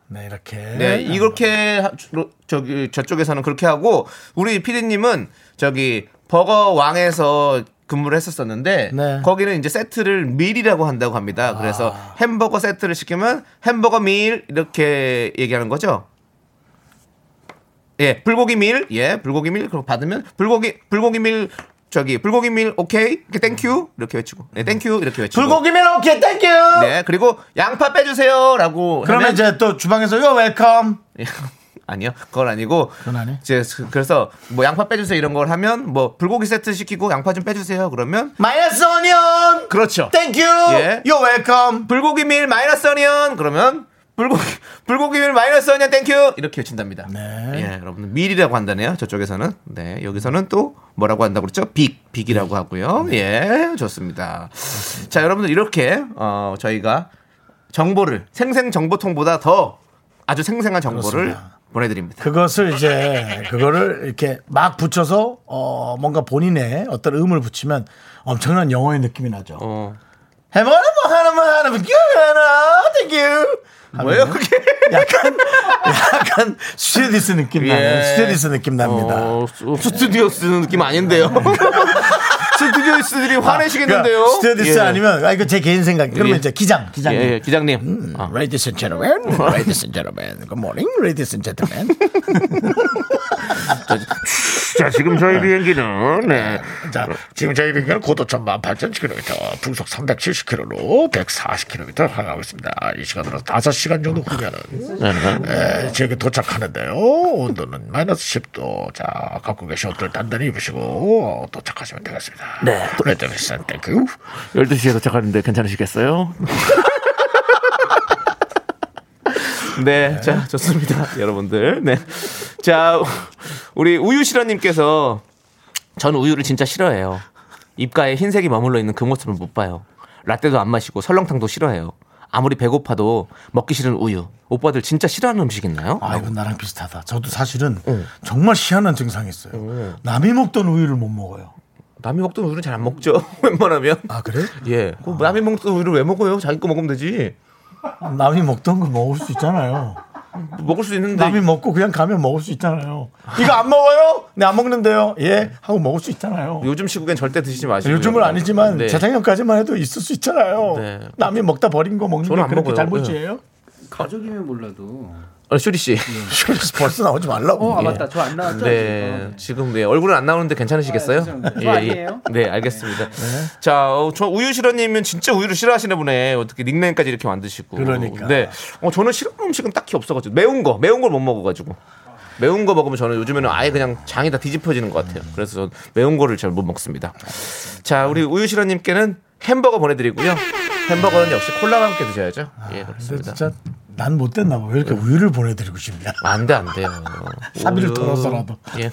A: 네, 이렇게.
B: 네, 이렇게 하- 로- 저기 저쪽에서는 그렇게 하고 우리 피디님은 저기 버거 왕에서 근무를 했었었는데
A: 네.
B: 거기는 이제 세트를 밀이라고 한다고 합니다. 그래서
A: 아.
B: 햄버거 세트를 시키면 햄버거 밀 이렇게 얘기하는 거죠. 예, 불고기 밀, 예, 불고기 밀 그럼 받으면 불고기 불고기 밀 저기 불고기 밀 오케이 이렇게 땡큐 이렇게 외치고 네, 땡큐 이렇게 외치고
A: 불고기면 오케이 땡큐.
B: 네 그리고 양파 빼주세요라고
A: 그러면
B: 하면-
A: 이제 또 주방에서 요 웰컴.
B: 예, 아니요, 그건 아니고.
A: 그건 아니에요?
B: 이제 그- 그래서 뭐 양파 빼주세요 이런 걸 하면 뭐 불고기 세트 시키고 양파 좀 빼주세요 그러면
A: 마이너스 오니언.
B: 그렇죠.
A: 땡큐.
B: 예.
A: 요 웰컴.
B: 불고기 밀 마이너스 어니언 그러면 불고기 불고기 밀 마이너스 어니언 땡큐 이렇게 외친답니다.
A: 네.
B: 예, 여러분 밀이라고 한다네요. 저쪽에서는 네 여기서는 또 뭐라고 한다고 그랬죠? 빅 빅이라고 하고요.
A: 네.
B: 예, 좋습니다. 자, 여러분들 이렇게 어, 저희가 정보를 생생 정보통보다 더 아주 생생한 정보를
A: 그렇습니다.
B: 보내드립니다.
A: 그것을 이제 그거를 이렇게 막 붙여서 어 뭔가 본인의 어떤 음을 붙이면 엄청난 영어의 느낌이 나죠.
B: 어.
A: 해머는 뭐 하나 뭐 하나 뭐 하나 땡큐.
B: 뭐예요 그게?
A: 약간 약간 스튜디스 느낌 나는
B: 예.
A: 스튜디스 느낌 납니다.
B: 어, 수- 스튜디오 쓰는 느낌 아닌데요. 스튜디오 쓰들이 화내시겠는데요.
A: 아, 그러니까 스튜디스
B: 예.
A: 아니면 아 이거 제 개인 생각. 그러면
B: 예.
A: 이제 기장 기장.
B: 예, 예, 기장님. 아.
A: Ladies and gentlemen, ladies and gentlemen, good morning, ladies and gentlemen.
E: 자, 지금 저희 비행기는 네,
A: 자,
E: 지금 저희 비행기는 고도천 18,000km, 풍속 370km로 140km 향하고 있습니다. 이 시간으로 5시간 정도 후면은 에, 지역에 도착하는데요. 온도는 마이너스 10도. 자, 갖고 계신 옷들 단단히 입으시고 도착하시면 되겠습니다. 네. 레드미스 땡큐.
F: 12시에 도착하는데 괜찮으시겠어요?
B: 네, 자 좋습니다, 여러분들. 네, 자 우리 우유 실화님께서 전 우유를 진짜 싫어해요. 입가에 흰색이 머물러 있는 그 모습을 못 봐요. 라떼도 안 마시고 설렁탕도 싫어해요. 아무리 배고파도 먹기 싫은 우유. 오빠들 진짜 싫어하는 음식 있나요?
A: 아, 이건 나랑 비슷하다. 저도 사실은 어. 정말 희한한 증상이 있어요. 남이 먹던 우유를 못 먹어요.
B: 남이 먹던 우유는 잘 안 먹죠. 웬만하면.
A: 아, 그래?
B: 예. 그 남이 먹던 우유를 왜 먹어요? 자기 거 먹으면 되지.
A: 남이 먹던 걸 먹을 수 있잖아요.
B: 먹을 수 있는데.
A: 남이 먹고 그냥 가면 먹을 수 있잖아요. 이거 안 먹어요? 네, 안 먹는데요. 예, 하고 먹을 수 있잖아요.
B: 요즘 시국엔 절대 드시지 마시고.
A: 요즘은 아니지만
B: 네.
A: 재작년까지만 해도 있을 수 있잖아요.
B: 네.
A: 남이 먹다 버린 거 먹는 게
B: 저는 안
A: 그렇게
B: 먹어요.
A: 잘못이에요?
G: 가족이면 몰라도.
B: 어, 쇼리 씨.
A: 그래서 벌써 나오지 말라고.
G: 어, 아, 맞다. 저 안 나왔죠?
B: 네, 지금 네 얼굴은 안 나오는데 괜찮으시겠어요?
G: 아, 죄송합니다. 저 아니에요?
B: 네, 알겠습니다. 자, 어, 저 우유 싫어님은 진짜 우유를 싫어하시는 분에 어떻게 닉네임까지 이렇게 만드시고.
A: 그러니까.
B: 네, 어, 저는 싫어하는 음식은 딱히 없어가지고 매운 거, 매운 걸 못 먹어가지고. 매운 거 먹으면 저는 요즘에는 아예 그냥 장이 다 뒤집혀지는 것 같아요. 그래서 저는 매운 거를 잘 못 먹습니다. 자, 우리 우유 싫어님께는 햄버거 보내드리고요. 햄버거는 역시 콜라와 함께 드셔야죠. 예,
A: 아, 근데
B: 그렇습니다. 네.
A: 진짜 난 못됐나 봐. 왜 이렇게 우유를 보내드리고 싶냐.
B: 안 돼, 안 돼요.
A: 사비를
B: 우유.
A: 털어서라도.
B: 예.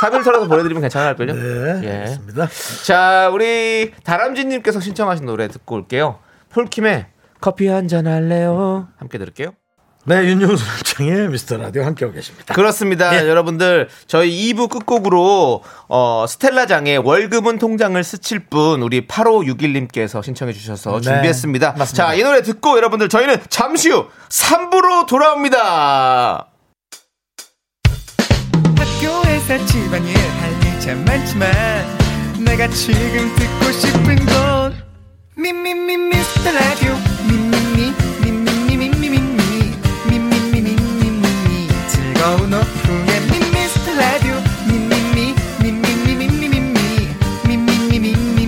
B: 사비를 털어서 보내드리면 괜찮을걸요?
A: 네,
B: 예.
A: 알겠습니다.
B: 자, 우리 다람쥐님께서 신청하신 노래 듣고 올게요. 폴킴의 커피 한 잔 할래요? 함께 들을게요.
A: 네, 윤종수 남창의 미스터 라디오 함께하고 계십니다.
B: 그렇습니다.
A: 예.
B: 여러분들, 저희 2부 끝곡으로, 어, 스텔라장의 월급은 통장을 스칠 뿐, 우리 8561님께서 신청해주셔서
A: 네,
B: 준비했습니다.
A: 맞습니다.
B: 자, 이 노래 듣고 여러분들, 저희는 잠시 후 3부로 돌아옵니다.
H: 학교에서 집안일 할 일 참 많지만 내가 지금 듣고 싶은 건 미미미 미스터 라디오 미미미 미미미 미미미 미미미 미미미 즐거운 오후에 미스터 라디오 미미미 미미미 미미미 미미미 미미미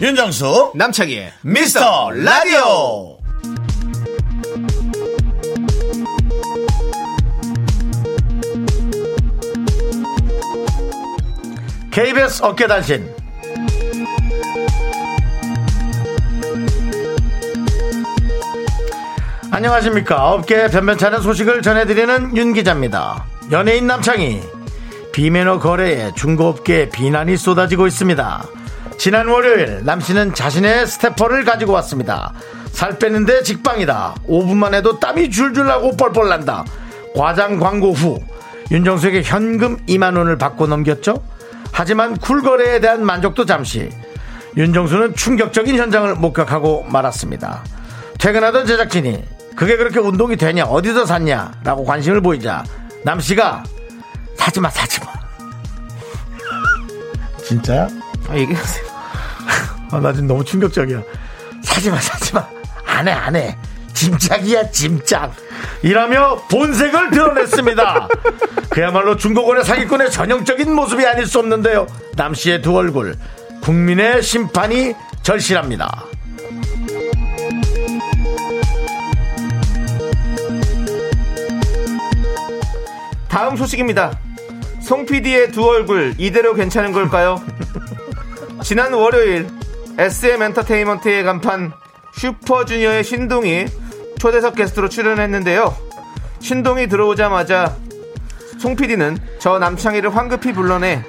A: 윤정수
B: 남창희의 미스터 라디오!
A: KBS 어깨 단신. 안녕하십니까. 업계 변변찮은 소식을 전해드리는 윤 기자입니다. 연예인 남창희. 비매너 거래에 중고업계에 비난이 쏟아지고 있습니다. 지난 월요일 남씨는 자신의 스태퍼를 가지고 왔습니다. 살 빼는데 직방이다. 5분만 해도 땀이 줄줄 나고 뻘뻘 난다. 과장 광고 후 윤정수에게 현금 2만 원을 받고 넘겼죠. 하지만 굴거래에 대한 만족도 잠시. 윤정수는 충격적인 현장을 목격하고 말았습니다. 퇴근하던 제작진이 그게 그렇게 운동이 되냐 어디서 샀냐라고 관심을 보이자 남 씨가 사지마 사지마 진짜야?
B: 아, 얘기하세요.
A: 아, 나 지금 너무 충격적이야. 사지마, 사지마. 안 해, 안 해. 짐짝이야, 짐짝. 이라며 본색을 드러냈습니다. 그야말로 중고거래 사기꾼의 전형적인 모습이 아닐 수 없는데요. 남 씨의 두 얼굴. 국민의 심판이 절실합니다.
B: 다음 소식입니다. 송 PD의 두 얼굴 이대로 괜찮은 걸까요? 지난 월요일 SM 엔터테인먼트의 간판 슈퍼주니어의 신동이 초대석 게스트로 출연했는데요. 신동이 들어오자마자 송 PD는 저 남창희를 황급히 불러내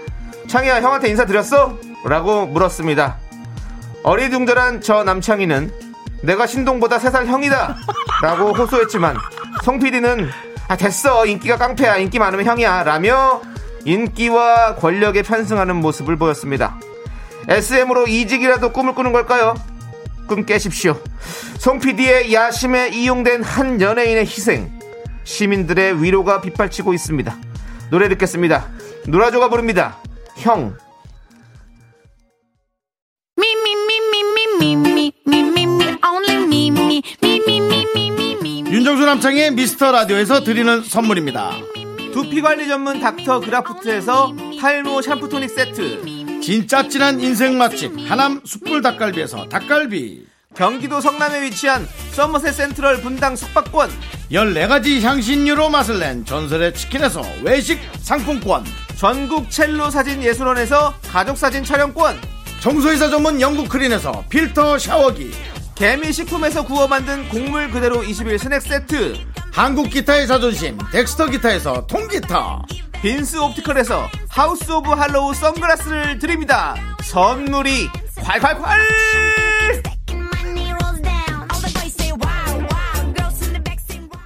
B: 창희야 형한테 인사드렸어? 라고 물었습니다. 어리둥절한 저 남창희는 내가 신동보다 세 살 형이다 라고 호소했지만 송 PD는 아 됐어 인기가 깡패야 인기 많으면 형이야 라며 인기와 권력에 편승하는 모습을 보였습니다 SM으로 이직이라도 꿈을 꾸는 걸까요? 꿈 깨십시오 송 PD의 야심에 이용된 한 연예인의 희생 시민들의 위로가 빗발치고 있습니다 노래 듣겠습니다 노라조가 부릅니다 형
D: Me, me, me, me, me, me, me, me, me, me, only me, me, me, me, me, me, me, me, me.
A: 윤정수 남창의 미스터 라디오에서 드리는 선물입니다.
B: 두피 관리 전문 닥터 그라프트에서 탈모 샴푸 토닉 세트
A: 진짜 진한 인생 맛집 하남 숯불 닭갈비에서 닭갈비.
B: 경기도 성남에 위치한 서머셋 센트럴 분당 숙박권
A: 14가지 향신료로 맛을 낸 전설의 치킨에서 외식 상품권.
B: 전국 첼로 사진 예술원에서 가족 사진 촬영권
A: 청소이사 전문 영국 크린에서 필터 샤워기
B: 개미 식품에서 구워 만든 곡물 그대로 21 스낵 세트
A: 한국 기타의 자존심 덱스터 기타에서 통기타
B: 빈스 옵티컬에서 하우스 오브 할로우 선글라스를 드립니다 선물이 콸콸콸
D: Second money rolls down. All the boys say wow, wow. Girls in the back say wow.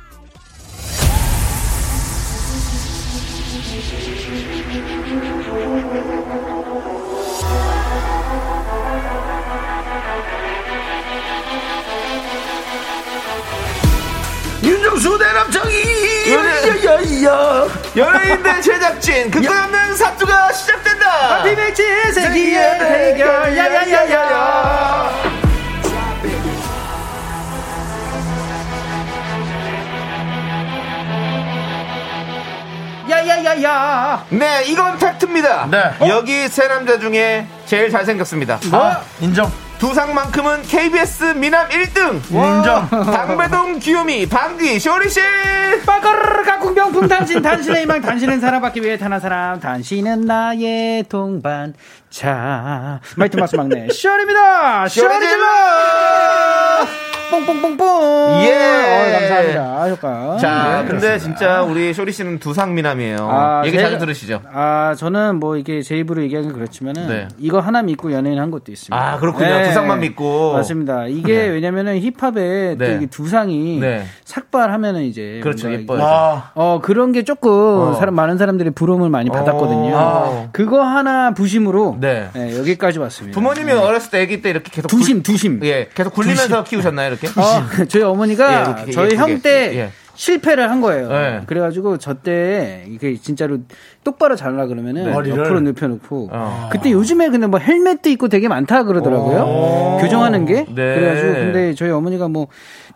A: 윤정수 대남창이
B: 연예인대 제작진 극단없는 사투가 시작된다 비밀지 세기의 해결 야야야야야 야야야야 네 이건 팩트입니다
A: 네. 어?
B: 여기 세 남자 중에 제일 잘생겼습니다
A: 아, 인정
B: 두상만큼은 KBS 미남 1등
A: 인정
B: 당배동 귀요미 방귀 쇼리씨
G: 빠가르르 가꿍 명품 당신 당신의 희망 당신은 살아받기 위해 태어난 사람 당신은 나의 동반 자 마이트 마스 막내 쇼리입니다
B: 쇼리 질러
G: 뽕뽕뽕뽕
B: 예.
G: 어, 감사합니다 효과
B: 자,
G: 네.
B: 근데 진짜 우리 쇼리 씨는 두상 미남이에요.
G: 아,
B: 얘기
G: 제가-
B: 자주 들으시죠?
G: 아 저는 뭐 이게 제 입으로 얘기하긴 그렇지만은
B: 네.
G: 이거 하나 믿고 연예인 한 것도 있습니다 네.
B: 아, 그렇군요. 두상만 믿고.
G: 맞습니다 이게
B: 네.
G: 왜냐면은 힙합에 또
B: 네.
G: 이게 두상이
B: 네.
G: 삭발하면은 이제
B: 그렇죠.
G: 뭔가
B: 예뻐요.
A: 와
G: 어 그런 게 조금 사람 많은 사람들이 부러움을 많이 받았거든요.
B: 어. 아.
G: 그거 하나 부심으로
B: 네.
G: 네. 여기까지 왔습니다.
B: 예. 부모님이 어렸을 때 아기 때 이렇게 계속 굴-
G: 예. 두심 두심.
B: 예, 계속 굴리면서 키우셨나요, 이렇게? 아,
G: 어, 저희
B: 예,
G: 어머니가
B: 이렇게,
G: 저희
B: 예, 그게,
G: 형 때
B: 예.
G: 실패를 한 거예요.
B: 예.
G: 그래가지고 저 때 이게 진짜로 똑바로 잘라 그러면은
A: 머리를.
G: 옆으로 눕혀놓고
B: 어.
G: 그때 요즘에 근데 뭐 헬멧도 있고 되게 많다 그러더라고요. 교정하는
B: 네.
G: 게 그래가지고 근데 저희 어머니가 뭐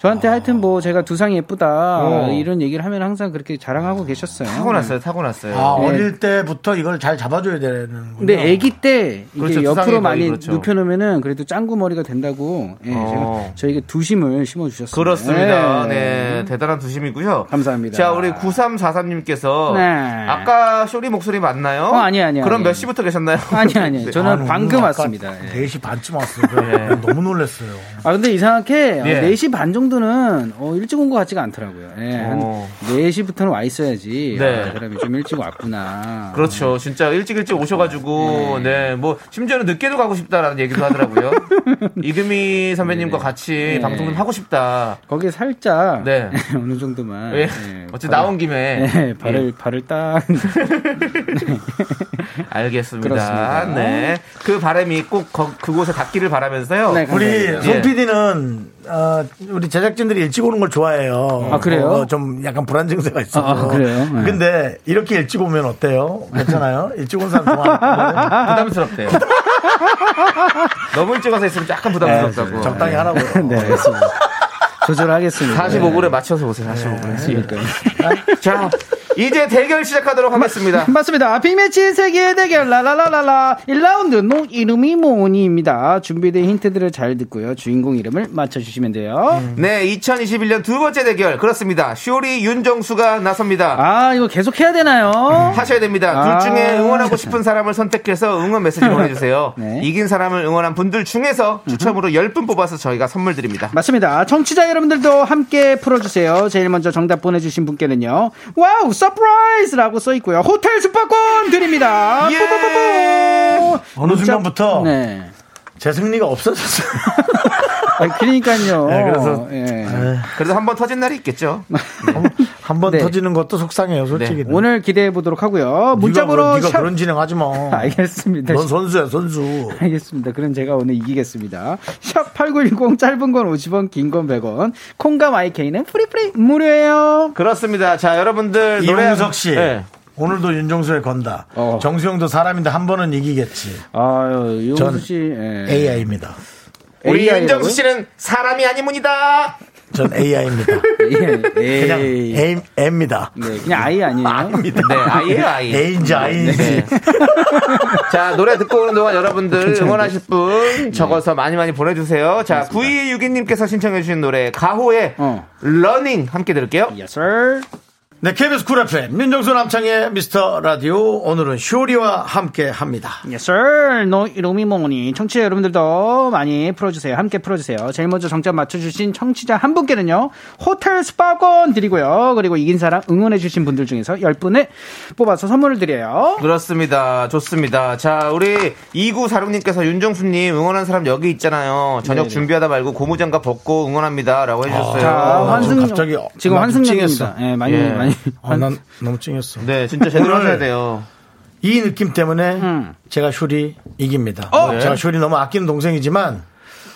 G: 저한테 하여튼 뭐 제가 두상이 예쁘다
B: 어.
G: 이런 얘기를 하면 항상 그렇게 자랑하고 계셨어요.
B: 타고났어요, 타고났어요.
A: 아,
G: 네.
A: 어릴 때부터 이걸 잘 잡아줘야 되는군요
G: 근데 아기 때 이게
B: 그렇죠, 두상이
G: 옆으로
B: 거의
G: 많이
B: 그렇죠.
G: 눕혀놓으면은 그래도 짱구 머리가 된다고 예,
B: 어.
G: 제가 저에게 두심을 심어주셨습니다.
B: 그렇습니다.
G: 예.
B: 네. 대단한 두심이고요.
G: 감사합니다.
B: 자, 우리 9343님께서
G: 네.
B: 아까 쇼리 목소리 맞나요?
G: 어, 아니에요, 아니에요,
B: 그럼 몇
G: 아니에요.
B: 시부터 계셨나요?
G: 아니 아니
B: 네.
G: 저는 방금 왔습니다. 예.
A: 4시 반쯤 왔어요 그래서 너무 놀랐어요
G: 아 근데 이상하게
B: 예.
G: 4시 반 정도는 어, 일찍 온 것 같지가 않더라고요. 예, 한
B: 어.
G: 4시부터는 와 있어야지.
B: 네.
G: 아, 그러면 좀 일찍 왔구나.
B: 그렇죠. 진짜 일찍 일찍 오셔가지고, 네, 뭐, 심지어는 늦게도 가고 싶다라는 얘기도 하더라고요.
G: 네.
B: 이금희 선배님과 같이 방송 좀 하고 싶다.
G: 거기에 살짝
B: 네.
G: 어느 정도 그래도만.
B: 예.
G: 예,
B: 어째
G: 발을-
B: 나온 김에
G: 예, 발을 발을 딱 네,
B: 예, 알겠습니다.
G: 그렇습니다.
B: 네. 그 바람이 꼭 거- 그곳에 닿기를 바라면서요.
G: 네,
A: 우리
G: 감사합니다.
A: 예. 손 PD는 어, 우리 제작진들이 일찍 오는 걸 좋아해요.
G: 아, 그래요?
A: 어, 좀 약간 불안 증세가 있어서.
G: 아, 아, 그래요? 네.
A: 근데 이렇게 일찍 오면 어때요? 괜찮아요? 일찍 온 사람 좋아하는
B: 예, 부담스럽대요. 너무 일찍 와서 있으면 약간 부담스럽다고.
A: 적당히 하라고요.
G: 네, 알겠습니다. 조절하겠습니다.
B: 예.
G: 예.
B: 45분에 맞춰서 오세요. 45분에.
G: 네,
B: 예. 자, 이제 대결 시작하도록 하겠습니다.
G: 맞습니다. 빅매치 세계 대결 라라라라라 1라운드 농 이름이 뭐니입니다. 준비된 힌트들을 잘 듣고요. 주인공 이름을 맞춰주시면 돼요.
B: 네, 2021년 두 번째 대결. 그렇습니다. 쇼리 윤정수가 나섭니다.
G: 아 이거 계속 해야 되나요?
B: 하셔야 됩니다.
G: 아.
B: 둘 중에 응원하고 싶은 사람을 선택해서 응원 메시지 보내주세요.
G: 네.
B: 이긴 사람을 응원한 분들 중에서 추첨으로 10분 뽑아서 저희가 선물 드립니다.
G: 맞습니다. 청취자 여러분들도 함께 풀어주세요. 제일 먼저 정답 보내주신 분께는요. 와우, 서프라이즈라고 써있고요. 호텔 숙박권 드립니다.
B: 예!
G: 뿌뿌뿌뿌!
A: 어느 순간부터
G: 네.
A: 제 승리가 없어졌어요.
G: 아, 그러니까요.
A: 네, 그래서-
G: 예.
B: 그래도 한 번 터진 날이 있겠죠.
A: 한 번
G: 네.
A: 터지는 것도 속상해요, 솔직히.
G: 오늘 기대해 보도록 하고요. 문자번호
A: 네가
G: 샵-
A: 그런 진행하지 마.
G: 알겠습니다.
A: 넌 선수야, 선수.
G: 알겠습니다. 그럼 제가 오늘 이기겠습니다. 샵8910 짧은 건 50원, 긴 건 100원. 콩과 마이케이는 프리프리 무료예요.
B: 그렇습니다. 자, 여러분들. 노래-
A: 이용석 씨.
B: 네.
A: 오늘도 윤정수에 건다.
G: 어.
A: 정수영도 사람인데 한 번은 이기겠지.
G: 아유,
A: 전
G: 용수 씨. 예.
A: AI입니다.
B: 우리
G: AI 라고요?
B: 윤정수 씨는 사람이 아니문이다.
A: 전 AI입니다.
G: 예. 에이.
A: 그냥 A, M입니다.
G: 네, 그냥 아이 아니에요?
B: 네, 아이예요, 아이.
A: A인지 I인지.
B: 네. 자, 노래 듣고 오는 동안 여러분들 응원하실 분 적어서 많이 많이 보내주세요. 자, 9262님께서 신청해주신 노래, 가호의
G: 어. 예.
B: 러닝 함께 들을게요.
G: Yes, sir.
A: 네, KBS 쿨 FM 윤정수 남창의 미스터 라디오 오늘은 쇼리와 함께 합니다.
G: Yes, sir. 너 이름이 뭐니? 청취자 여러분들도 많이 풀어주세요. 함께 풀어주세요. 제일 먼저 정답 맞춰주신 청취자 한 분께는요, 호텔 스파권 드리고요. 그리고 이긴 사람 응원해주신 분들 중에서 10분을 뽑아서 선물을 드려요.
B: 그렇습니다. 좋습니다. 자, 우리 2946님께서 윤정수님 응원한 사람 여기 있잖아요. 저녁 준비하다 말고 고무장갑 벗고 응원합니다. 라고 해주셨어요.
G: 아. 자, 환승
A: 지금 갑자기 어,
G: 지금
A: 나
G: 환승역입니다.
A: 찡했어.
G: 예, 많이
B: 예.
G: 많이
A: 아, 난 너무 찡했어.
B: 네, 진짜 제대로
A: 오늘
B: 하셔야 돼요.
A: 이 느낌 때문에
G: 음.
A: 제가 쇼리 이깁니다. 뭐
B: 어?
A: 제가 쇼리 너무 아끼는 동생이지만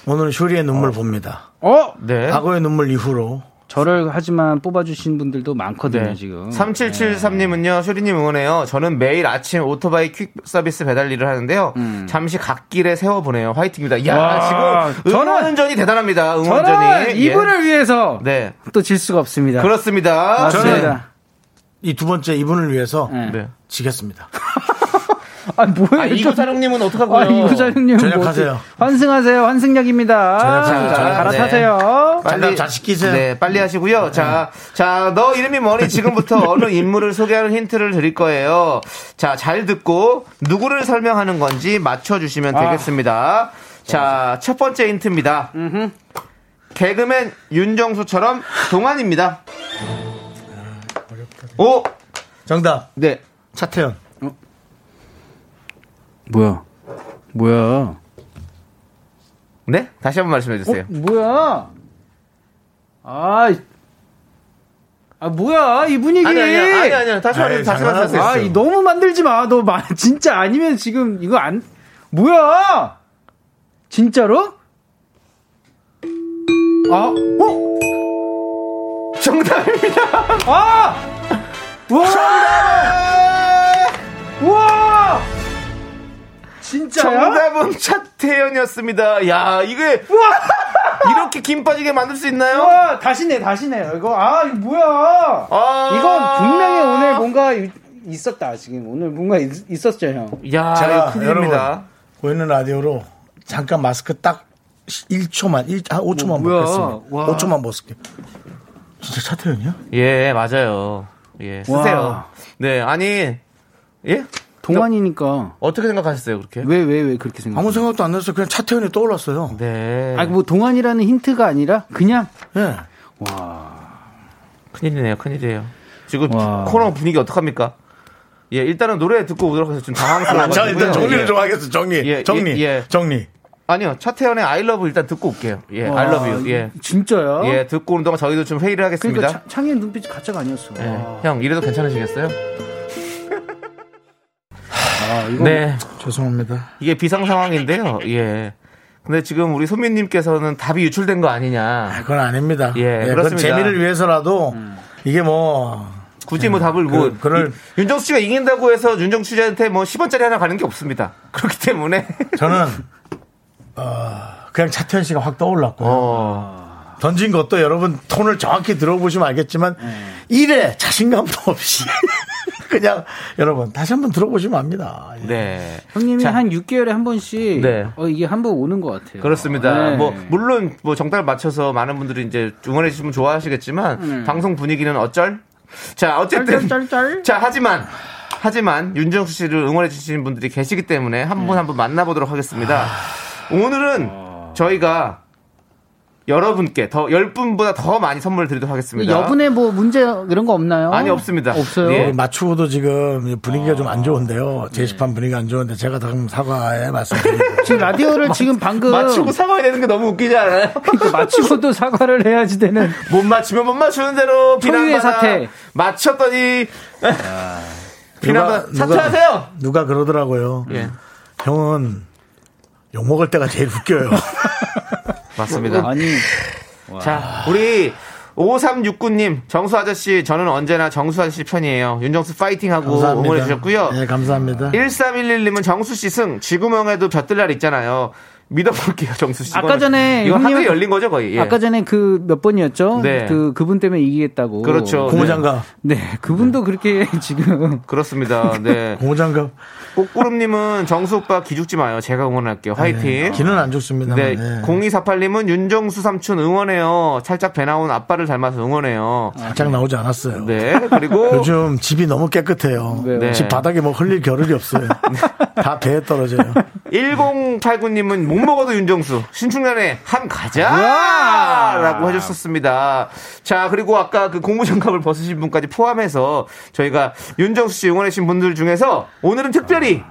A: 오늘은 쇼리의 눈물 봅니다.
G: 어
B: 네.
A: 과거의 눈물 이후로
G: 저를 하지만 뽑아주신 분들도 많거든요 지금. 네.
B: 3773님은요, 네. 쇼리님 응원해요. 저는 매일 아침 오토바이 퀵 서비스 배달 일을 하는데요. 잠시 갓길에 세워보내요. 화이팅입니다. 이야,
G: 음. 와,
B: 지금
G: 저는-
B: 응원전이 대단합니다. 응원전이.
G: 저는
B: 예.
G: 이분을 위해서
B: 네.
G: 또 질 수가 없습니다.
B: 그렇습니다.
G: 맞습니다.
A: 이 두 번째 이분을 위해서
G: 네.
B: 네.
A: 지겠습니다.
G: 아 뭐예요?
B: 아, 이구사령님은 어떡하고요?
G: 아, 이구사령님
A: 전역하세요.
G: 환승하세요. 환승역입니다.
A: 전역하세요.
G: 자,
A: 전역하세요.
G: 갈아타세요.
A: 잠깐 자식 끼세요.
B: 네, 빨리 하시고요. 자, 자, 너 이름이 뭐니? 지금부터 어느 인물을 소개하는 힌트를 드릴 거예요. 자, 잘 듣고 누구를 설명하는 건지 맞춰주시면 되겠습니다. 자, 첫 번째 힌트입니다. 개그맨 윤정수처럼 동안입니다. 오,
A: 정답
B: 네.
A: 차태현.
G: 뭐야? 뭐야?
B: 네? 다시 한번 말씀해
G: 어,
B: 주세요.
G: 뭐야? 아, 이- 아 뭐야? 이 분위기.
B: 아니, 아니, 아니, 아니, 네, 다시 말씀,
A: 아이,
B: 다시
A: 장난하고
B: 말씀하세요.
G: 아, 이 너무 만들지 마. 너 마, 진짜 아니면 지금 이거 안 뭐야? 진짜로? 아, 어?
B: 정답입니다.
G: 아! 와!
B: 아!
G: 와! 진짜야?
B: 정답은 차태현이었습니다. 야, 이게 이렇게 김 빠지게 만들 수 있나요?
G: 와, 다시 내, 다시 내. 이거 아, 이거 뭐야?
B: 아.
G: 이건 분명히 오늘 뭔가 유- 있었다. 지금 오늘 뭔가 있, 있었죠, 형.
B: 야, 이거
A: 제가 여러분
B: 큰일입니다.
A: 보이는 라디오로 잠깐 마스크 딱 1초만 1, 한 5초만
G: 뭐야.
A: 벗겠습니다.
G: 와.
A: 5초만 벗을게요. 진짜 차태현이야?
B: 예, 맞아요. 예, 쓰세요.
G: 와.
B: 네, 아니 예?
G: 동안이니까
B: 어떻게 생각하셨어요, 그렇게?
G: 왜 왜 왜 그렇게 생각?
A: 아무 생각도 안 났어요. 그냥 차태현이 떠올랐어요.
B: 네.
G: 아뭐 동안이라는 힌트가 아니라 그냥
A: 예.
B: 큰일이네요, 큰일이에요. 지금
G: 와.
B: 코너 분위기 어떡합니까? 예, 일단은 노래 듣고 오도록 해서 좀 당황스러워
A: 자, 일단 네. 정리를 좀 하겠어. 정리.
B: 예,
A: 정리.
B: 예, 예.
A: 정리.
B: 아니요. 차태현의 I love 일단 듣고 올게요. 예. I love you. 예.
G: 진짜요?
B: 예, 듣고 오는 동안 저희도 좀 회의를 하겠습니다.
G: 그러니까 차- 창의의 눈빛이 가짜가 아니었어.
B: 예.
G: 와.
B: 형, 이래도 괜찮으시겠어요?
G: 아, 이거
B: 네.
A: 죄송합니다.
B: 이게 비상 상황인데요. 예. 근데 지금 우리 소민님께서는 답이 유출된 거 아니냐.
A: 그건 아닙니다.
B: 예,
A: 그건
B: 그렇습니다. 음.
A: 재미를 위해서라도 이게 뭐
B: 굳이 뭐 답을 뭐.
A: 그- 그럴-
B: 이- 윤정수 씨가 이긴다고 해서 윤정수 씨한테 뭐 10원짜리 하나 가는 게 없습니다. 그렇기 때문에.
A: 저는 어, 그냥 차태현 씨가 확 떠올랐고
B: 어.
A: 던진 것도 여러분 톤을 정확히 들어보시면 알겠지만
B: 네.
A: 이래 자신감도 없이 그냥 여러분 다시 한번 들어보시면 압니다. 예.
B: 네.
G: 형님이
B: 자.
G: 한 6개월에 한 번씩
B: 네.
G: 어, 이게 한 번 오는 것 같아요.
B: 그렇습니다.
G: 네.
B: 뭐 물론 뭐 정답을 맞춰서 많은 분들이 이제 응원해 주시면 좋아하시겠지만 방송 분위기는 어쩔? 자 어쨌든
G: 짤짤짤.
B: 자 하지만 하지만 윤정수 씨를 응원해 주시는 분들이 계시기 때문에 한 분 한 분 만나보도록 하겠습니다. 오늘은 저희가 여러분께 더 10분보다 더 많이 선물을 드리도록 하겠습니다.
G: 여분의 뭐 문제 이런 거 없나요?
B: 아니, 없습니다.
G: 없어요.
B: 예. 아.
A: 우리 맞추고도 지금 분위기가 좀 안 좋은데요. 제시판
B: 네.
A: 분위기가 안 좋은데 제가 다음 사과의 말씀드리고
G: 지금 라디오를 지금 방금
B: 맞추고 사과해야 되는 게 너무 웃기지 않아요?
G: 도 사과를 해야지 되는
B: 못 맞추면 못 맞추는 대로
G: 초유의
B: 비난받아
G: 사태.
B: 맞췄더니 비난받아
A: 누가-
B: 사퇴하세요.
A: 누가 그러더라고요.
B: 예.
A: 형은 욕 먹을 때가 제일 웃겨요.
B: 맞습니다.
G: 아니
B: 자, 우리 5369님, 정수 아저씨, 저는 언제나 정수 아저씨 편이에요. 윤정수 파이팅하고
A: 감사합니다.
B: 응원해 주셨고요.
A: 네, 감사합니다.
B: 1311님은 정수 씨 승, 지구명에도 벼뜰 날 있잖아요. 믿어볼게요, 정수 씨.
G: 아까
B: 이거는-
G: 전에
B: 이거 하루에
G: 형님은-
B: 열린 거죠, 거의. 예.
G: 아까 전에 그 몇 번이었죠?
B: 네.
G: 그 그분 때문에 이기겠다고.
B: 그렇죠.
A: 고무장갑,
G: 네, 그분도 그렇게 지금
B: 그렇습니다. 네.
A: 고무장갑.
B: 꽃구름님은 정수 오빠 기죽지 마요. 제가 응원할게요. 화이팅.
A: 기는 네. 안 좋습니다.
B: 네, 0248님은 윤정수 삼촌 응원해요. 살짝 배 나온 아빠를 닮아서 응원해요.
A: 살짝 나오지 않았어요.
B: 네, 그리고
A: 요즘 집이 너무 깨끗해요.
G: 왜요?
B: 네.
A: 집 바닥에 뭐 흘릴 겨를이 없어요. 다 배에 떨어져요.
B: 1089님은 못 먹어도 윤정수 신축년에 한 가자 라고 해줬었습니다 자 그리고 아까 그 공무장갑을 벗으신 분까지 포함해서 저희가 윤정수 씨 응원해주신 분들 중에서 오늘은 특별히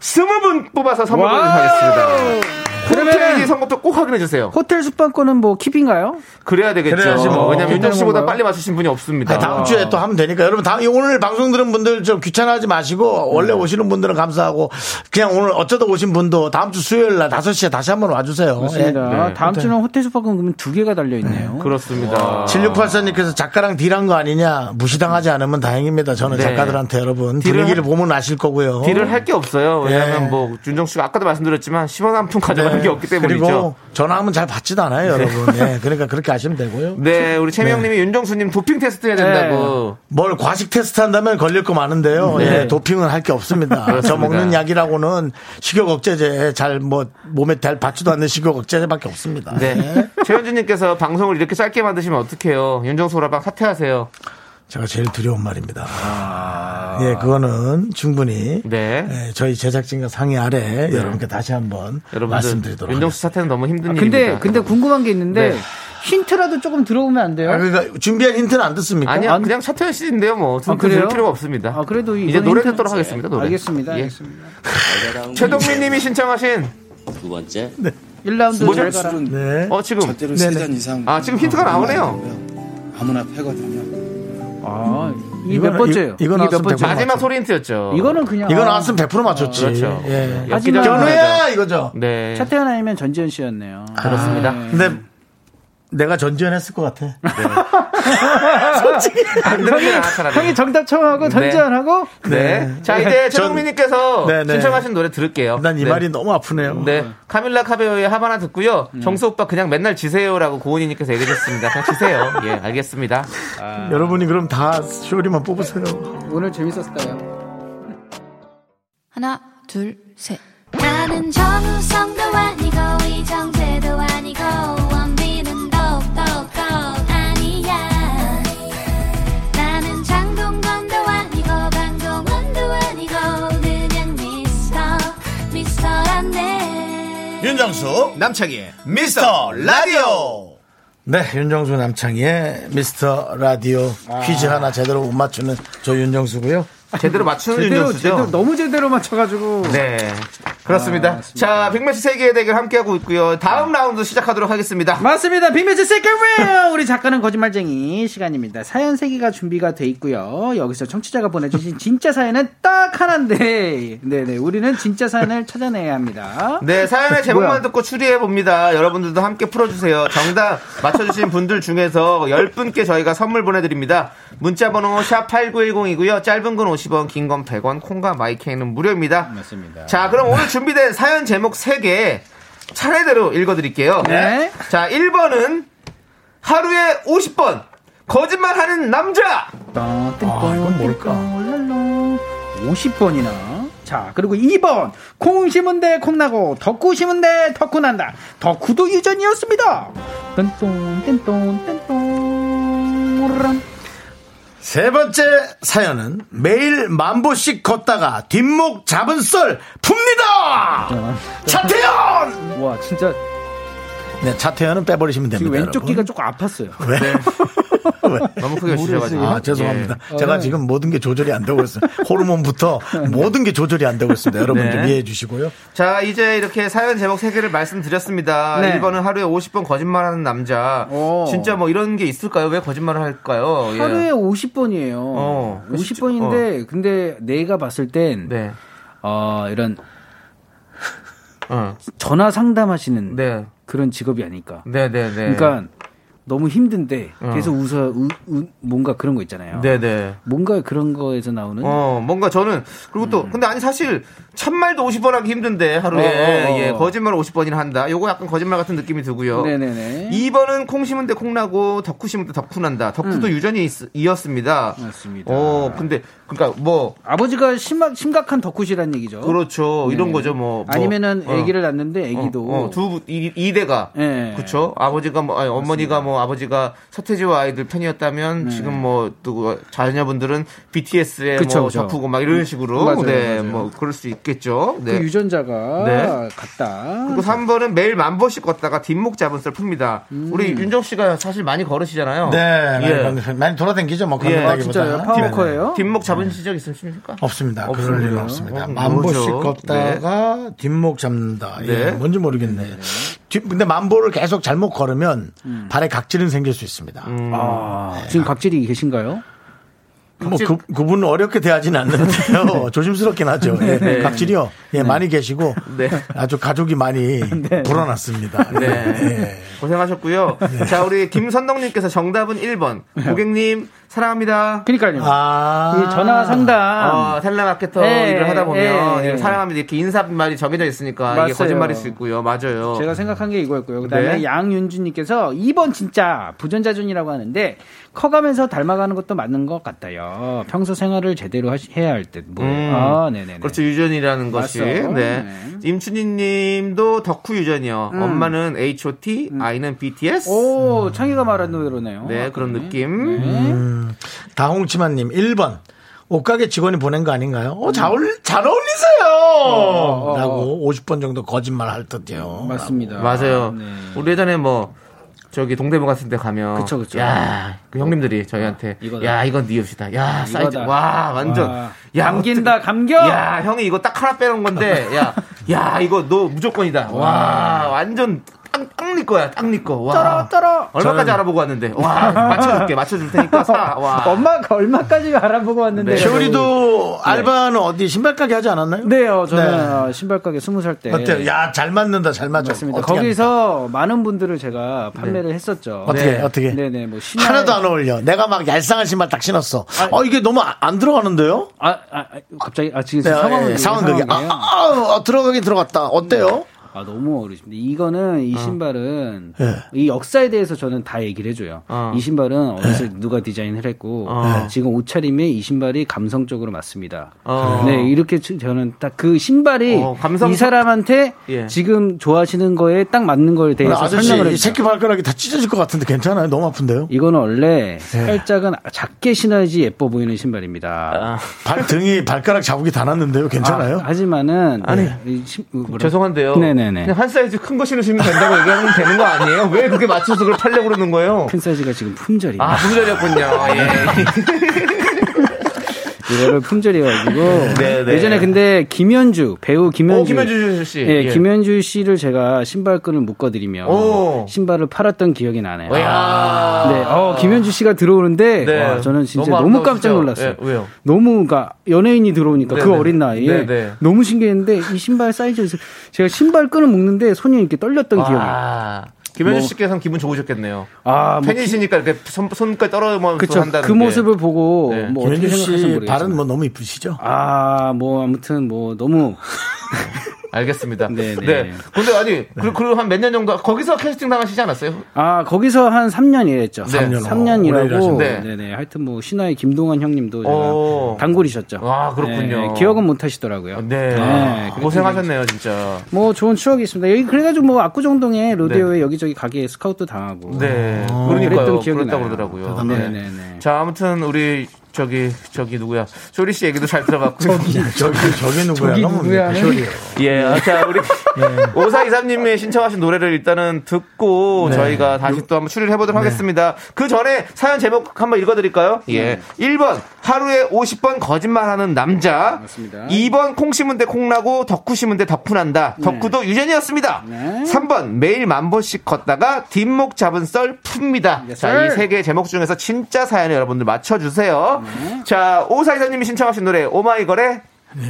B: 스무 분 뽑아서 선물
G: 와우!
B: 드리겠습니다 홈페이지
G: 그러면은-
B: 선곡도 꼭 확인해주세요
G: 호텔 숙박권은 뭐 킵인가요?
B: 그래야 되겠죠
A: 그래야지 뭐.
B: 왜냐면 윤정수 씨보다
A: 그런 건가요?
B: 빨리 맞추신 분이 없습니다
A: 아니, 네, 다음 주에 또 하면 되니까 여러분 다음 오늘 방송 들은 분들 좀 귀찮아하지 마시고 원래 오시는 분들은 감사하고 그냥 오늘 어쩌다 오신 분도 다음 주 수요일 날 5시에 다시 한번 와주세요. 예.
G: 맞습니다.
B: 네.
G: 다음 주는 호텔 숙박권 그러면 두 개가 달려 있네요.
B: 그렇습니다
A: 7684님께서 작가랑 딜한 거 아니냐 무시당하지 않으면 다행입니다. 저는
B: 네.
A: 작가들한테 여러분
B: 딜을
A: 분위기를
B: 하-
A: 보면 아실 거고요.
B: 딜을 할 게 없어요 왜냐면
A: 네.
B: 뭐 윤정수 씨가 아까도 말씀드렸지만 10원 한 푼 가져가는
A: 네.
B: 게 없기 때문이죠
A: 그리고 전화하면 잘 받지도 않아요, 여러분. 예, 그러니까 그렇게 아시면 되고요.
B: 네, 우리 최명님이 윤정수님 도핑 테스트 해야 된다고.
A: 뭘 과식 테스트 한다면 걸릴 거 많은데요.
B: 네.
A: 예, 도핑은 할 게 없습니다. 저 먹는 약이라고는 식욕 억제제 잘 뭐 몸에 잘 받지도 않는 식욕 억제제밖에 없습니다.
B: 네.
A: 예.
B: 최현진님께서 방송을 이렇게 짧게 만드시면 어떡해요. 윤정수 오라방 사퇴하세요.
A: 제가 제일 두려운 말입니다. 예, 그거는 충분히
B: 아. 네.
A: 예, 저희 제작진과 상의 아래 여러분께 다시 한번
B: 여러분들.
A: 말씀드리도록
B: 윤정수 사퇴는 너무 힘든
G: 아, 근데
B: 일입니다.
G: 근데 궁금한 게 있는데
B: 네.
G: 힌트라도 조금 들어오면 안 돼요?
A: 하겠습니다. 아, 그러니까 준비한 힌트는 안 듣습니까?
B: 아니요,
G: 안-
B: 그냥 사퇴현 씨인데요, 뭐.
G: 아,
B: 아, 그럴
G: 그래요?
B: 필요가 없습니다.
G: 아, 그래도
B: 이제
G: 이건
B: 노래
G: 힌트-
B: 듣도록 하겠습니다, 노래.
G: 알겠습니다.
B: 예.
G: 알겠습니다.
B: 최동민님이 신청하신,
I: 두 번째
G: 1라운드
B: 뭐죠?
G: 잘 가라.
A: 네.
B: 어, 지금.
I: 절대로 세 잔 이상
B: 아, 지금 힌트가 나오네요.
I: 아무나 패거든요
G: 아, 이
A: 이거는
G: 몇 번째예요?
A: 이- 이건
G: 이몇
A: 나왔으면
G: 번째?
A: 되고.
B: 마지막 소리 힌트였죠.
G: 이거는 그냥
A: 이거 나왔으면 100% 맞췄지.
B: 그렇죠.
A: 예.
G: 하지만-
A: 견우야 이거죠.
B: 네.
G: 차태현 예. 아니면 전지현 씨였네요.
B: 그렇습니다.
G: 아,
A: 근데 내가 전지현했을 것 같아. 네.
B: 안 들으면 아, 차라리.
G: 형이 정답 청하고 전지현하고
B: 네. 자,
A: 네,
B: 이제 최동민님께서
A: 전- 네, 네.
B: 신청하신 노래 들을게요.
A: 난 이
B: 네.
A: 말이 너무 아프네요.
G: 어.
B: 네. 카밀라 카베오의 하바나 듣고요.
G: 음.
B: 정수 오빠 그냥 맨날 지세요라고 고은이님께서 얘기해줬습니다. 그냥 지세요. 예, 알겠습니다.
A: 여러분이 그럼 다 쇼리만 뽑으세요.
G: 오늘 재밌었어요.
D: 하나, 둘, 셋. 나는 정우성도 아니고, 이정재도 아니고, 원빈은 더욱더 아니야. 나는 장동건도 아니고, 강동원도 아니고, 그냥 미스터, 미스터란데.
A: 윤정수 남창희의 미스터 라디오 네 윤정수 아. 남창희의 미스터 라디오 퀴즈 하나 제대로 못 맞추는 저 윤정수고요
B: 제대로 맞추는
G: 제대로,
B: 윤정수죠.
G: 제대로, 너무 아, 제대로 맞춰가지고.
B: 네. 그렇습니다. 자, 빅매치 세계의 대결 함께하고 있고요. 다음
G: 아.
B: 라운드 시작하도록 하겠습니다.
G: 맞습니다. 빅매치 세컨웨어 우리 작가는 거짓말쟁이 시간입니다. 사연 세개가 준비가 돼 있고요. 여기서 청취자가 보내주신 진짜 사연은 딱 하나인데, 네네 우리는 진짜 사연을 찾아내야 합니다.
B: 네, 사연의 제목만
G: 뭐야?
B: 듣고 추리해 봅니다. 여러분들도 함께 풀어주세요. 정답 맞춰주신 분들 중에서 10분께 저희가 선물 보내드립니다. 문자번호 샵8910이고요. 짧은 건 50원, 긴 건 100원, 콩과 마이케이는 무료입니다.
G: 맞습니다.
B: 자, 그럼 오늘 준비된 사연 제목 3개 차례대로 읽어드릴게요.
G: 네.
B: 자, 1번은 하루에 50번 거짓말하는 남자!
G: 아, 이건 뭘까? 50번이나. 자, 그리고 2번. 콩 심은데 콩 나고, 덕구 심은데 덕구 난다. 덕구도 유전이었습니다. 뚠뚠, 뚠뚠, 뚠뚠. 오르람.
A: 세 번째 사연은 매일 만보씩 걷다가 뒷목 잡은 썰 풉니다! 차태현!
G: 와, 진짜
A: 네, 차태현은 빼버리시면 됩니다.
G: 지금 왼쪽
A: 여러분.
G: 귀가 조금 아팠어요.
A: 왜? 네. 왜?
B: 너무 크게 주셔가지고.
A: 아, 죄송합니다.
G: 예.
A: 제가
G: 어, 네.
A: 지금 모든 게 조절이 안 되고 있어요. 호르몬부터 모든 게 조절이 안 되고 있습니다. 여러분 좀
B: 네.
A: 이해해 주시고요.
B: 자, 이제 이렇게 사연 제목 세개를 말씀드렸습니다.
G: 네.
B: 1번은 하루에 50번 거짓말하는 남자.
G: 오.
B: 진짜 뭐 이런 게 있을까요? 왜 거짓말을 할까요? 예.
G: 하루에 50번이에요.
B: 어,
G: 50번인데, 근데 내가 봤을 땐,
B: 네.
G: 어, 이런
B: 어.
G: 전화 상담하시는
B: 네.
G: 그런 직업이 아닐까.
B: 네, 네, 네.
G: 그러니까 너무 힘든데 계속 웃어 우- 우- 뭔가 그런 거 있잖아요.
B: 네, 네.
G: 뭔가 그런 거에서 나오는
B: 어, 뭔가 저는 그리고 또 근데 아니 사실 참말도 50번 하기 힘든데 하루에
G: 음. 어, 어, 어.
B: 예, 거짓말 50번이나 한다. 요거 약간 거짓말 같은 느낌이 들고요.
G: 네네네.
B: 2번은 콩 심은 데콩 나고 덕후 심은 데 덕후 난다. 덕후도 유전이 있, 었습니다
G: 음. 맞습니다.
B: 어, 근데 그러니까 뭐
G: 아버지가 심각, 심각한 덕후시란 얘기죠.
B: 그렇죠. 이런
G: 네네.
B: 거죠, 뭐. 뭐,
G: 아니면은
B: 어.
G: 아기를 낳는데 아기도
B: 어, 어, 두 부- 이, 이대가
G: 예.
B: 그렇죠. 아버지가 뭐 아니, 어머니가 뭐 아버지가 서태지와 아이들 편이었다면 지금 뭐또 그 자녀분들은 BTS에
G: 네. 그쵸,
B: 뭐
G: 그쵸. 음,
B: 잡히고 막 이런 식으로
G: 맞아요,
B: 네,
G: 맞아요.
B: 뭐 그럴 수 있겠죠.
G: 그
B: 네.
G: 유전자가
B: 네.
G: 같다.
B: 그리고 3번은 매일 만 번씩 걷다가 뒷목 잡은 썰 풉니다.
G: 음.
B: 우리 윤정 씨가 사실 많이 걸으시잖아요.
A: 네, 많이,
B: 예.
A: 건- 많이 돌아다니죠. 뭐
B: 예.
A: 건너다기보다.
G: 아, 진짜요?
A: 네네.
G: 파워커예요?
B: 뒷목 잡은 시적 있으십니까?
A: 없습니다. 그럴
B: 없습니다.
A: 일은 없습니다.
B: 어,
A: 만보씩
B: 뭐죠?
A: 걷다가 뒷목 잡는다. 예,
B: 네.
A: 뭔지 모르겠네. 뒷- 근데 만보를 계속 잘못 걸으면 발에 각질은 생길 수 있습니다.
G: 아, 지금 각질이 계신가요?
A: 뭐 그, 그분은 어렵게 대하진
G: 네.
A: 않는데요. 조심스럽긴 하죠. 예, 각질이요. 예, 많이 계시고
B: 네.
A: 아주 가족이 많이
G: 네.
A: 불어났습니다.
B: 네. 고생하셨고요.
A: 네.
B: 자, 우리 김선덕님께서 정답은 1번.
G: 네.
B: 고객님, 사랑합니다.
G: 그러니까요.
A: 아.
G: 이 전화 상담.
B: 어, 텔레마케터
G: 예,
B: 일을 하다 보면
G: 예, 예.
B: 이런 사랑합니다 이렇게 인사말이 정해져 있으니까 이게
G: 맞아요.
B: 거짓말일 수 있고요. 맞아요.
G: 제가 생각한 게 이거였고요. 그다음에
B: 어. 네.
G: 양윤주님께서 2번 진짜 부전자존이라고 하는데 커가면서 닮아가는 것도 맞는 것 같아요. 평소 생활을 제대로 하시- 해야 할 듯. 뭐.
B: 음.
G: 아, 네네네.
B: 그렇죠 유전이라는 것이
G: 맞어.
B: 네.
G: 네.
B: 임춘희님도 덕후 유전이요. 엄마는 H.O.T, 아이는 B.T.S.
G: 음. 오, 창희가 말한 노래로네요.
B: 네
G: 아,
B: 그런
G: 그러네.
B: 느낌.
A: 다홍치마님 1번 옷가게 직원이 보낸 거 아닌가요? 어, 잘, 어울, 잘 어울리세요!
G: 음. 어.
A: 라고 50번 정도 거짓말 할 듯해요.
G: 맞습니다.
B: 맞아요.
G: 네.
B: 우리 예전에 뭐 저기 동대문 같은 데 가면
G: 그쵸, 그쵸.
B: 야, 그 형님들이 저희한테
G: 이거다.
B: 야, 이건 네 옷이다. 야, 사이즈
G: 이거다.
B: 와, 완전
G: 와.
B: 야,
G: 감긴다,
B: 어떡해.
G: 감겨!
B: 야, 형이 이거 딱 하나 빼놓은 건데 야, 야, 이거 너 무조건이다. 와, 완전 딱딱네 거야. 딱네 거. 와.
G: 떨어, 떨어.
B: 얼마까지 알아보고 왔는데. 와, 맞춰 줄게. 맞춰 줄 테니까 사. 와.
G: 엄마가 얼마까지 알아보고 왔는데.
B: 네.
G: 라고.
A: 쇼리도 알바는 어디 신발가게 하지 않았나요?
G: 네. 네요. 저는
A: 네.
G: 어, 신발가게 20살 때.
A: 어때요? 야, 잘 맞는다, 잘 맞아.
G: 맞습니다.
A: 네. 어떻게
G: 거기서 많은 분들을 제가 판매를 했었죠.
A: 합니까? 어떻게,
B: 네.
A: 어떻게.
G: 네네. 뭐 신화의-
A: 하나도 안 어울려. 내가 막 얄쌍한 신발 딱 신었어. 어, 이게 너무 아- 안 들어가는데요?
G: 아, 아, 아, 갑자기 아 지금
A: 네,
G: 상황을
A: 예,
G: 지금
A: 상황극이. 아,
G: 상황이에요.
A: 아, 아, 어, 들어가긴 들어갔다. 어때요?
G: 아, 너무 어르신데 이거는 이 신발은
A: 예.
G: 이 역사에 대해서 저는 다 얘기를 해줘요.
B: 어.
G: 이 신발은 어디서 누가 디자인을 했고
A: 어.
G: 지금 옷차림에 이 신발이 감성적으로 맞습니다.
B: 어.
G: 네 이렇게 지- 저는 딱 그 신발이
B: 어, 감성-
G: 이 사람한테
B: 예. 지금
G: 지금 좋아하시는 거에 딱 맞는 거에 대해서 네, 설명을
A: 아저씨, 이
G: 해줘요.
A: 새끼 발가락이 다 찢어질 것 같은데 괜찮아요? 너무 아픈데요?
G: 이거는
B: 네.
G: 원래 살짝은 작게 신어야지 예뻐 보이는
B: 아,
G: 신발입니다.
A: 발 등이 발가락 자국이 다 났는데요? 괜찮아요?
G: 하지만은 네,
B: 아니,
G: 이 신- 뭐라-
B: 죄송한데요.
G: 네네네.
B: 그냥 한 사이즈 큰 거 신으시면 된다고 얘기하면 되는 거 아니에요? 왜 그게 맞춰서 그걸 팔려고 그러는 거예요?
G: 큰 사이즈가 지금 품절이.
B: 아, 부자였군요. 예.
G: 이거를 품절이어가지고
B: 네, 네.
G: 예전에 근데 김현주 배우 김현주,
B: 오, 김현주 씨.
G: 예,
B: 예.
G: 김현주 씨를 제가 신발끈을 묶어드리며
B: 오. 아,
G: 신발을 팔았던 기억이 나네요.
B: 야.
G: 네, 어, 김현주 씨가 들어오는데
B: 아. 네.
G: 와, 저는 진짜
B: 너무
G: 너무, 깜짝
B: 아름다우시죠?
G: 놀랐어요.
B: 예, 왜요?
G: 너무 그 연예인이 들어오니까 그
B: 네네.
G: 어린 나이에
B: 네네.
G: 너무 신기했는데 이 신발 사이즈에서 제가 신발끈을 묶는데 손이 이렇게 떨렸던 네, 기억이.
B: 아, 김현주
G: 뭐-
B: 씨께서는 기분 좋으셨겠네요.
G: 아, 뭐
B: 팬이시니까 이렇게 손, 손까지 떨어져서
G: 그쵸.
B: 한다는
G: 그
B: 게.
G: 모습을 보고
B: 네.
G: 뭐 어떻게
A: 김현주
G: 생각하시는지
A: 씨
G: 모르겠어요.
A: 발은 뭐 너무 이쁘시죠?
G: 아, 뭐 아무튼 뭐 너무
B: 알겠습니다. 네,
G: 네, 네.
B: 근데 아니, 그, 그리고 한 몇 년 정도 거기서 캐스팅 당하시지 않았어요?
G: 아, 거기서 한 3년 일했죠.
B: 삼 년.
G: 3년
A: 오래
G: 일하고
B: 일하셨네.
G: 네, 네. 하여튼 뭐 신화의 김동완 형님도 제가
B: 오.
G: 단골이셨죠.
B: 아, 그렇군요.
G: 네, 기억은 못 하시더라고요.
B: 네.
G: 아, 그래서
B: 고생하셨네요, 진짜.
G: 뭐 좋은 추억이 있습니다. 여기 그래가지고 뭐 압구정동에 로데오에 여기저기 가게에 스카우트 당하고.
B: 네.
G: 아, 그랬던
B: 그러니까요.
G: 기억이
B: 그랬다고
G: 나요.
B: 그러더라고요.
G: 대단하네. 네네네.
B: 자, 아무튼 우리 저기 저기 누구야? 쇼리 씨 얘기도 잘 들어봤고요.
A: 저기 저기 누구야?
G: 저기
A: 너무
G: 누구야?
A: 미소리예요.
B: 예. 아, 자, 우리 오사이삼님의 신청하신 노래를 일단은 듣고 저희가 다시 또 한번 추리를 해보도록 하겠습니다. 그 전에 사연 제목 한번 읽어드릴까요? 예. 1번 하루에 50번 거짓말하는 남자.
G: 맞습니다.
B: 2번 콩 심은 데 콩나고 덕후 심은 데 덕후난다. 덕후도 유전이었습니다.
G: 네.
B: 3번 매일 만 번씩 걷다가 뒷목 잡은 썰 풉니다.
G: Yes,
B: 자, 이
G: sir.
B: 세 개의 제목 중에서 진짜 사연을 여러분들 맞춰주세요.
G: 네.
B: 자, 오사이사님이 신청하신 노래 오마이걸의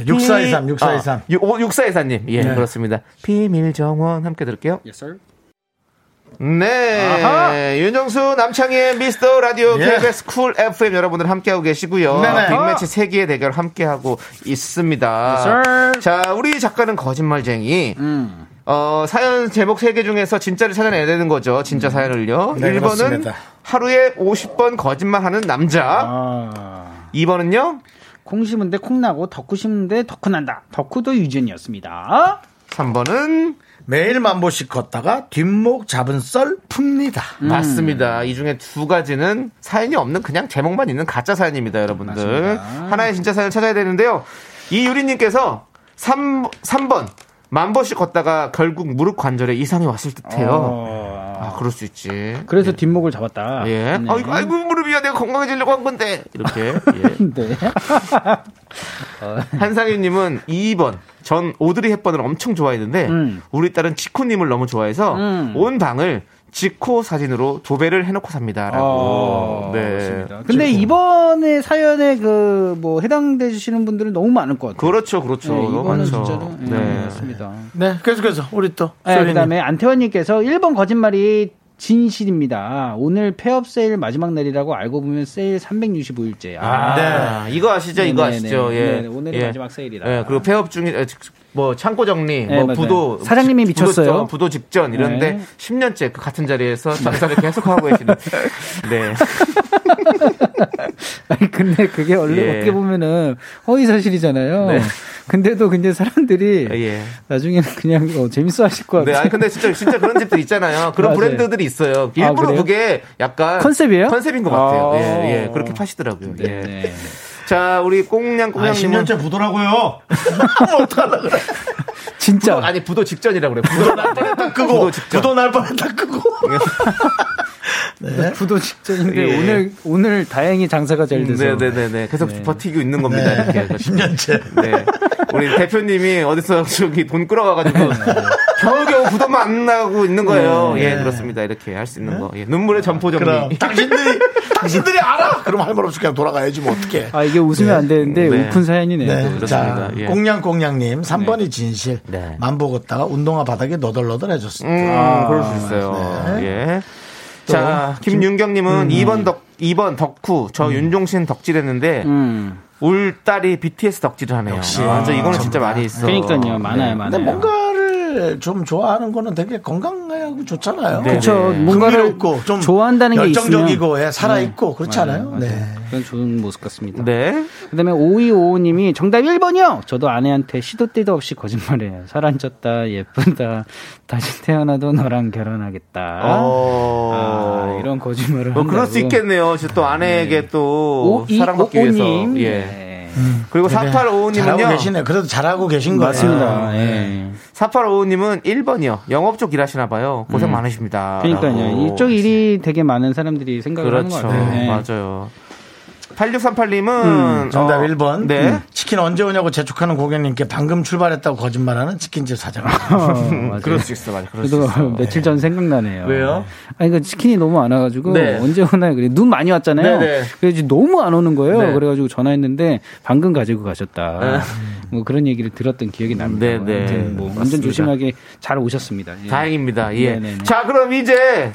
A: 6423, 6423.
B: 아, 6424님. 예,
A: 네.
B: 그렇습니다. 비밀 정원 함께 들을게요.
A: 예.
G: Yes, sir.
B: 네.
G: 아하.
B: 윤정수 남창희의 미스터 라디오
A: 예.
B: KBS 쿨 FM 여러분들 함께하고 계시고요.
A: 네네. 아!
B: 빅매치 세개의 대결 함께하고 있습니다.
G: Yes, sir.
B: 자, 우리 작가는 거짓말쟁이.
G: 음.
B: 어, 사연 제목 세 개 중에서 진짜를 찾아내야 되는 거죠. 진짜 사연을요.
A: 네,
B: 1번은
A: 그렇습니다.
B: 하루에 50번 거짓말하는 남자.
G: 아.
B: 2번은요.
G: 콩 심은데 콩 나고 덕후 심은데 덕후 난다. 덕후도 유전이었습니다.
B: 3번은
A: 매일 만보씩 걷다가 뒷목 잡은 썰 풉니다.
G: 음,
B: 맞습니다. 이 중에 두 가지는 사연이 없는 그냥 제목만 있는 가짜 사연입니다, 여러분들. 하나의 진짜 사연을 찾아야 되는데요. 이유리님께서 3, 삼번만 번씩 걷다가 결국 무릎 관절에 이상이 왔을 듯해요.
G: 어.
B: 아, 그럴 수 있지.
G: 그래서 뒷목을 잡았다.
B: 예.
G: 네.
B: 아이고, 아이고, 무릎이야. 내가 건강해지려고 한 건데. 이렇게. 예.
G: 네.
B: 한상윤님은 2번. 전 오드리 헵번을 엄청 좋아했는데
G: 음.
B: 우리 딸은 지코님을 너무 좋아해서
G: 음.
B: 온 방을 지코 사진으로 도배를 해놓고 네. 삽니다라고.
G: 어, 그렇습니다. 근데 이번에 사연에 그 뭐 해당돼 주시는 분들은 너무 많을 것 같아요.
B: 그렇죠, 그렇죠.
G: 네,
B: 너무
G: 이거는
B: 많죠.
G: 진짜로 예,
B: 네.
G: 맞습니다.
A: 네, 계속해서 우리 또
G: 네,
A: 쏘리님.
G: 그다음에 안태환님께서 1번 거짓말이 진실입니다. 오늘 폐업 세일 마지막 날이라고 알고 보면 세일 365일째. 아,
B: 아, 이거 아시죠? 이거
G: 네네네.
B: 아시죠? 예.
G: 네네, 오늘이 마지막 세일이다.
B: 예, 그리고 폐업 중이 에, 즉, 뭐 창고 정리,
G: 네,
B: 뭐
G: 맞아요.
B: 부도
G: 사장님이
B: 직- 부도
G: 미쳤어요.
B: 전, 부도 직전 이런데
G: 네.
B: 10년째 그 같은 자리에서 장사를 계속 하고 계시는. 네.
G: 아니, 근데 그게 원래
B: 예.
G: 어떻게 보면은 허위 사실이잖아요.
B: 네.
G: 근데도 근데 사람들이
B: 예.
G: 나중에는 그냥 어, 재밌어 하실 것
B: 네,
G: 같아요.
B: 아니 근데 진짜 진짜 그런 집들 있잖아요. 그런
G: 맞아요.
B: 브랜드들이 있어요. 일부러
G: 그래요?
B: 그게 약간
G: 컨셉이에요?
B: 컨셉인 것 같아요.
G: 아.
B: 예, 예, 그렇게 파시더라고요. 예.
G: 네.
B: 자, 우리 꽁냥
G: 음,
A: 아,
B: 꽁냥님은
A: 10년째 부더라고요.
G: 진짜
B: 어, 뭐, 아니 부도 직전이라고 그래. 부도 날 뻔했다
A: 끄고
B: 부도 직전.
A: 부도 날 뻔했다 끄고.
G: 부도 직전인데
B: 예. 음,
G: 오늘 오늘 다행히 장사가 잘 돼서 네.
B: 네네네네. 계속 버티고 있는 겁니다. 이렇게. 그렇죠.
A: 10년째.
B: 네. 우리 대표님이 어디서 저기 돈 끌어가가지고
G: 네.
B: 겨우겨우 부도만 안 나고 있는 거예요. 예, 그렇습니다. 이렇게 할 수 있는 거. 예,
G: 아,
B: 눈물의 점포
A: 그럼
B: 정리.
A: 음. 당신들이 당신들이 알아. 그럼 할 말 없이 그냥 돌아가야지 뭐 어떻게.
G: 아 이게 웃으면 안 되는데
B: 네.
G: 웃픈 사연이네요.
A: 네,
B: 그렇습니다.
A: 자,
B: 예.
A: 꽁냥꽁냥님, 3번이 진실.
B: 네.
A: 만보 걷다가 운동화 바닥에 너덜너덜 해줬습니다.
B: 음,
G: 아,
B: 그럴 수 있어요.
G: 네.
B: 예.
A: 또
B: 자, 김윤경님은
G: 음.
B: 2번 덕, 2번 덕후. 저 윤종신 덕질했는데,
G: 음.
B: 울 딸이 BTS 덕질을 하네요. 아, 저 이거는 진짜 많이 있어.
G: 그러니까요,
B: 네.
G: 많아요, 많아요.
A: 근데 뭔가를 좀 좋아하는 거는 되게 건강하고 좋잖아요.
B: 네.
G: 그렇죠.
B: 네.
G: 뭔가를
A: 흥미롭고 좀
G: 좋아한다는 게 있으면
A: 열정적이고 예, 살아있고 그렇지
G: 맞아요,
A: 않아요?
G: 맞아요.
A: 네.
G: 그건 좋은 모습 같습니다.
B: 네.
G: 그다음에 5255님이 정답 1번이요. 저도 아내한테 시도 때도 없이 거짓말해요. 사랑졌다, 예쁘다, 다시 태어나도 너랑 결혼하겠다.
B: 어.
G: 아, 이런 거짓말을.
B: 뭐 그럴 수
G: 한다고.
B: 있겠네요. 진짜 또 아내에게 또
G: 5255
B: 사랑받기 위해서.
G: 님.
B: 예.
G: 네.
B: 그리고
A: 잘하고
B: 4855님은요. 아,
A: 계시네. 그래도 잘하고 계신 거예요.
G: 맞습니다.
B: 네.
G: 예.
B: 4855님은 1번이요. 영업 쪽 일하시나 봐요. 고생 많으십니다.
G: 음. 그러니까요.
B: 라고.
G: 이쪽 일이 되게 많은 사람들이 생각을
B: 아, 그렇죠.
G: 하는 것 같아요. 네.
B: 맞아요. 8638님은
G: 음,
A: 정답 1번. 음.
B: 네.
A: 치킨 언제 오냐고 재촉하는 고객님께 방금 출발했다고 거짓말하는 치킨집 사장.
G: 어,
B: 그럴 수 있어, 맞아. 그럴 수
G: 저도
B: 있어.
G: 며칠 전 생각나네요.
A: 왜요?
G: 아니, 그 치킨이 너무 안 와가지고,
A: 네.
G: 언제 오나요? 그래. 눈 많이 왔잖아요.
A: 네, 네.
G: 그래서 너무 안 오는 거예요.
A: 네.
G: 그래가지고 전화했는데, 방금 가지고 가셨다. 뭐 그런 얘기를 들었던 기억이 납니다.
B: 네, 네.
G: 아무튼 뭐
B: 맞습니다.
G: 완전 조심하게 잘 오셨습니다. 예.
B: 다행입니다. 예.
G: 네네네.
B: 자, 그럼 이제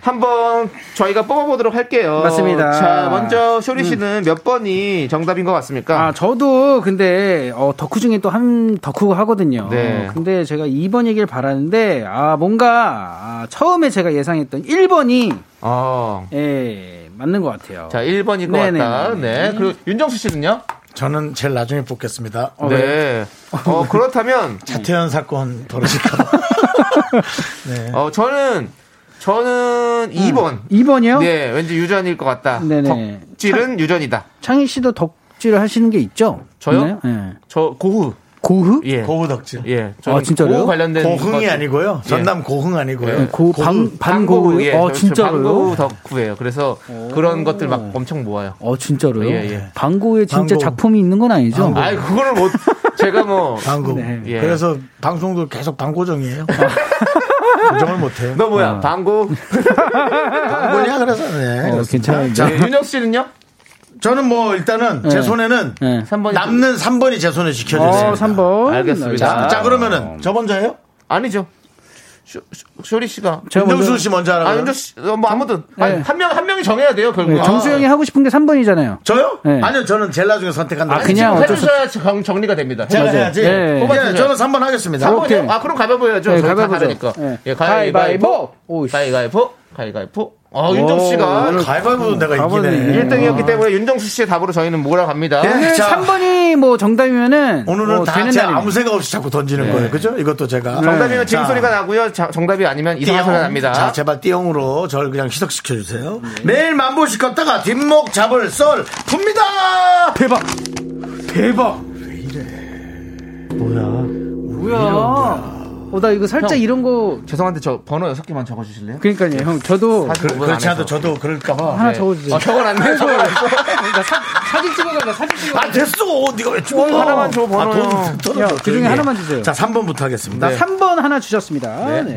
B: 한번 저희가 뽑아보도록 할게요.
G: 맞습니다. 음.
B: 자, 먼저 쇼리 씨는 몇 번이 정답인 것 같습니까?
G: 아, 저도 근데 어, 덕후 중에 또 한 덕후 하거든요.
B: 네.
G: 근데 제가 2번이길 바라는데 아, 뭔가 아, 처음에 제가 예상했던 1번이
B: 어.
G: 예, 맞는 것 같아요.
B: 자, 1번일 것
G: 네네네.
B: 같다. 네. 그리고 윤정수 씨는요?
A: 저는 제일 나중에 뽑겠습니다.
B: 네. 어, 그렇다면
A: 태연 사건 벌어질까봐.
B: 어, 저는 저는 2번.
G: 음. 2번이요?
B: 네, 왠지 유전일 것 같다.
G: 네네.
B: 덕질은 유전이다.
G: 창희 씨도 덕질을 하시는 게 있죠?
B: 저요?
G: 있나요? 예.
B: 저 고흐.
G: 고흐?
B: 예.
A: 고우덕질.
B: 예. 저는
G: 아, 진짜로요?
B: 고흐 관련된
A: 고흥이
B: 것-
A: 아니고요. 전남 고흥 아니고요.
B: 예.
G: 고, 반, 반고흐?
B: 예,
G: 어,
B: 저- 저
G: 진짜로요?
B: 반고흐 덕후예요. 그래서 그런 것들 막 엄청 모아요.
G: 어, 진짜로요?
B: 예, 예.
G: 반고흐에 진짜
A: 반고흐.
G: 작품이 있는 건 아니죠?
A: 반고흐.
B: 아이 그거를 못 제가 뭐
A: 방구.
G: 네.
B: 예.
A: 그래서 방송도 계속 방고정이에요. 고정을 못해요.
B: 너 뭐야? 방구.
A: 방고냐 그래서 네.
G: 어, 괜찮은데.
A: 자,
B: 예, 윤혁 씨는요?
A: 저는 뭐 일단은 제 손에는
G: 예.
B: 3번이
A: 남는 3번이 제 손에 지켜주세요.
G: 어, 3번.
B: 네. 알겠습니다.
A: 자, 자, 그러면은 저 먼저 해요?
B: 아니죠. 쇼, 쇼, 쇼리 씨가
G: 제가 먼저-
A: 윤정수 씨 먼저 하라고.
B: 아, 윤정 씨, 어, 뭐 아무튼 아니,
G: 예.
B: 한 명 한 명이 정해야 돼요 결국. 아.
G: 네, 정수영이 하고 싶은 게 3번이잖아요.
A: 저요?
G: 네.
A: 아니요, 저는 제일 나중에 선택한다.
G: 아, 그냥 어쩔 수
B: 해주셔야 정, 정리가 됩니다.
A: 제가 해야지.
G: 네.
A: 예, 저는 3번 하겠습니다.
B: 한 번이요?
G: 오케이.
B: 아 그럼 가위바위보해야죠.
G: 네,
B: 저희 다 다르니까.
G: 가위바위보죠. 네.
B: 예, 가위바위보.
G: 오이씨.
B: 가위바위보. 가위바위보. 아 윤정 씨가
A: 오늘 어, 가위바위보도 내가 이기네.
G: 아.
B: 1등이었기 때문에 윤정수 씨의 답으로 저희는 몰아갑니다.
A: 네.
G: 오늘
A: 자.
G: 3번이 뭐 정답이면은
A: 오늘은
G: 뭐
A: 다
G: 되는
A: 제
G: 날입니다.
A: 아무 생각 없이 자꾸 던지는 거예요. 그죠? 이것도 제가.
B: 네. 정답이면 지금
A: 자,
B: 소리가 나고요. 자, 정답이 아니면 이상한
A: 띠용.
B: 소리가 납니다.
A: 자, 제발 띠용으로 저를 그냥 희석시켜주세요. 매일 만보씩 걷다가 뒷목 잡을 썰 풉니다!
G: 대박. 대박. 뭐야? 어, 나 이거 살짝 이런 거
B: 죄송한데 저 번호 6개만 적어주실래요?
G: 그러니까요, 형. 저도
A: 그, 그렇지 않아도 저도 그럴까봐. 네.
G: 하나 적어주세요.
B: 어, 적어놨네. 적어놨어.
G: 나 사, 사진 찍어달라. 사진 찍어.
A: 아, 됐어! 네가 왜 죽어?
B: 뭐 하나만 줘, 번호.
A: 아, 돈, 돈,
G: 야,
A: 돈.
G: 그 중에
A: 예.
G: 하나만 주세요.
A: 자, 3번부터 하겠습니다.
G: 나
B: 네.
G: 3번 하나 주셨습니다. 네.
B: 아, 네.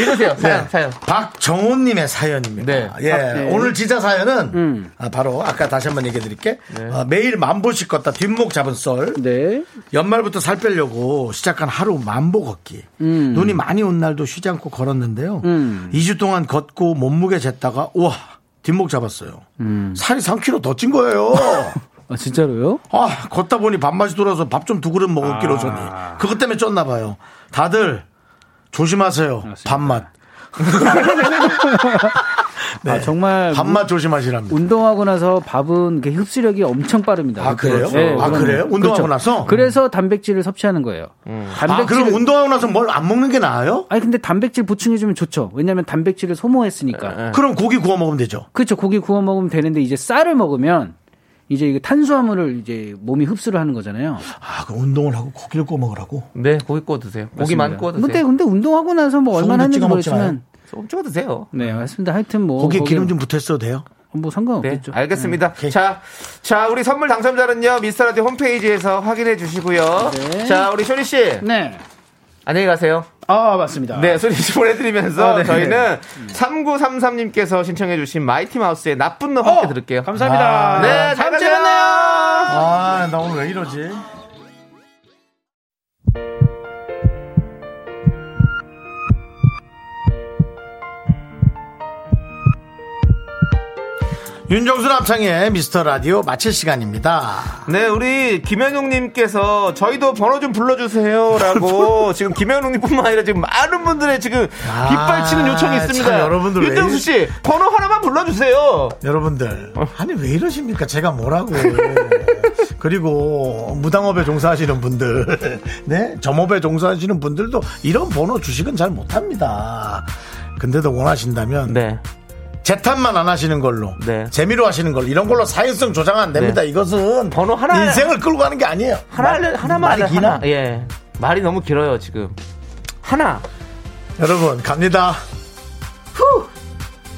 B: 읽으세요. 사연,
A: 네.
B: 사연.
A: 박정호님의 사연입니다.
B: 네. 음.
A: 예, 오늘 진짜 사연은 아, 바로 아까 다시 한번 얘기해 드릴게.
B: 네.
A: 어, 매일 만보씩 걷다 뒷목 잡은 썰.
G: 네.
A: 연말부터 살 빼려고 시작한 하루 만보 걷기.
B: 음.
A: 눈이 많이 온 날도 쉬지 않고 걸었는데요. 2주 동안 걷고 몸무게 쟀다가 우와 뒷목 잡았어요.
B: 음.
A: 살이 3kg 더 찐 거예요.
G: 아, 진짜로요?
A: 아 걷다 보니 밥맛이 돌아서 밥 좀 두 그릇
G: 아.
A: 먹었기로 전이 그것 때문에 쪘나 봐요. 다들 조심하세요. 밥맛.
G: 아, 정말
A: 밥맛
G: 음.
A: 조심하시랍니다.
G: 운동하고 나서 밥은 이렇게 흡수력이 엄청 빠릅니다.
A: 아 그래요?
G: 네,
A: 아
G: 그건-
A: 그래요? 운동하고
G: 그렇죠.
A: 나서?
G: 그래서 단백질을 섭취하는 거예요.
B: 음.
G: 단백질
A: 아 그럼 운동하고 나서 뭘 안 먹는 게 나아요?
G: 아니 근데 단백질 보충해주면 좋죠. 왜냐하면 단백질을
B: 네.
G: 소모했으니까.
A: 그럼 고기 구워 먹으면 되죠.
G: 그렇죠. 고기 구워 먹으면 되는데 이제 쌀을 먹으면 이제 이게 탄수화물을 이제 몸이 흡수를 하는 거잖아요.
A: 아, 그 운동을 하고 고기를 구워 먹으라고.
B: 네, 고기 구워 드세요. 고기만 구워 드세요.
G: 근데 근데 운동하고 나서 뭐 얼마나
A: 소금도 찍어
G: 했는지
A: 먹지
G: 모르지만
B: 소금 찍어 드세요.
G: 네 맞습니다. 하여튼 뭐
A: 고기에
G: 거기-
A: 기름 좀 붙어 있어도 돼요?
G: 뭐
B: 네,
G: 상관없겠죠.
B: 알겠습니다. 자, 자, 우리 선물 당첨자는요, 미스터라디오 홈페이지에서 확인해 주시고요.
G: 네.
B: 자, 우리 쇼리씨,
G: 네.
B: 안녕히 가세요.
G: 아 맞습니다.
B: 네, 소리씨 보내드리면서
G: 아, 네.
B: 저희는 3933님께서 신청해 주신 마이티 마우스의 나쁜 놈 함께 들을게요.
G: 어! 감사합니다.
B: 네, 잘
G: 다음 주에
B: 가세요. 만나요.
A: 아, 나 오늘 왜 이러지? 윤정수 남창의 미스터 라디오 마칠 시간입니다.
B: 네, 우리 김현웅님께서 저희도 번호 좀 불러주세요라고 지금 김현웅님뿐만 아니라 지금 많은 분들의 지금
A: 아,
B: 빗발치는 요청이 있습니다.
A: 참 여러분들 왜
B: 윤정수 씨 번호 하나만 불러주세요.
A: 여러분들, 아니 왜 이러십니까? 제가 뭐라고. 그리고 무당업에 종사하시는 분들, 네? 점업에 종사하시는 분들도 이런 번호 주식은 잘 못합니다. 근데도 원하신다면
B: 네,
A: 재탄만 안 하시는 걸로
B: 네.
A: 재미로 하시는 걸로 이런 걸로 사회성 조장 안 됩니다. 이것은
B: 번호 하나-
A: 인생을 끌고 가는 게 아니에요.
B: 하나 말, 하나만
A: 말이
B: 하나,
A: 기나?
B: 하나. 예, 말이 너무 길어요 지금. 하나.
A: 여러분 갑니다. 후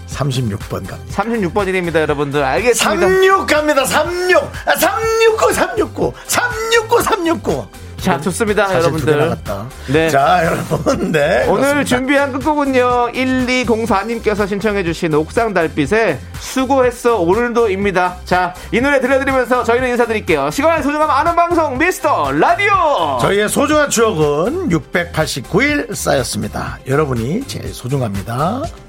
A: 36번 갑니다.
B: 36번입니다, 여러분들. 알겠습니다.
A: 36 갑니다. 36. 아, 369 369. 369 369.
B: 자, 좋습니다,
A: 사실 두개
B: 아, 여러분들.
A: 나갔다.
B: 네.
A: 자, 여러분. 네.
B: 오늘
A: 그렇습니다.
B: 준비한 끝곡은요 1204님께서 신청해주신 옥상 달빛의 수고했어 오늘도입니다 자 이 노래 들려드리면서 저희는 인사드릴게요 시간의 소중함 아는 방송 미스터 라디오
A: 저희의 소중한 추억은 689일 쌓였습니다. 여러분이 제일 소중합니다.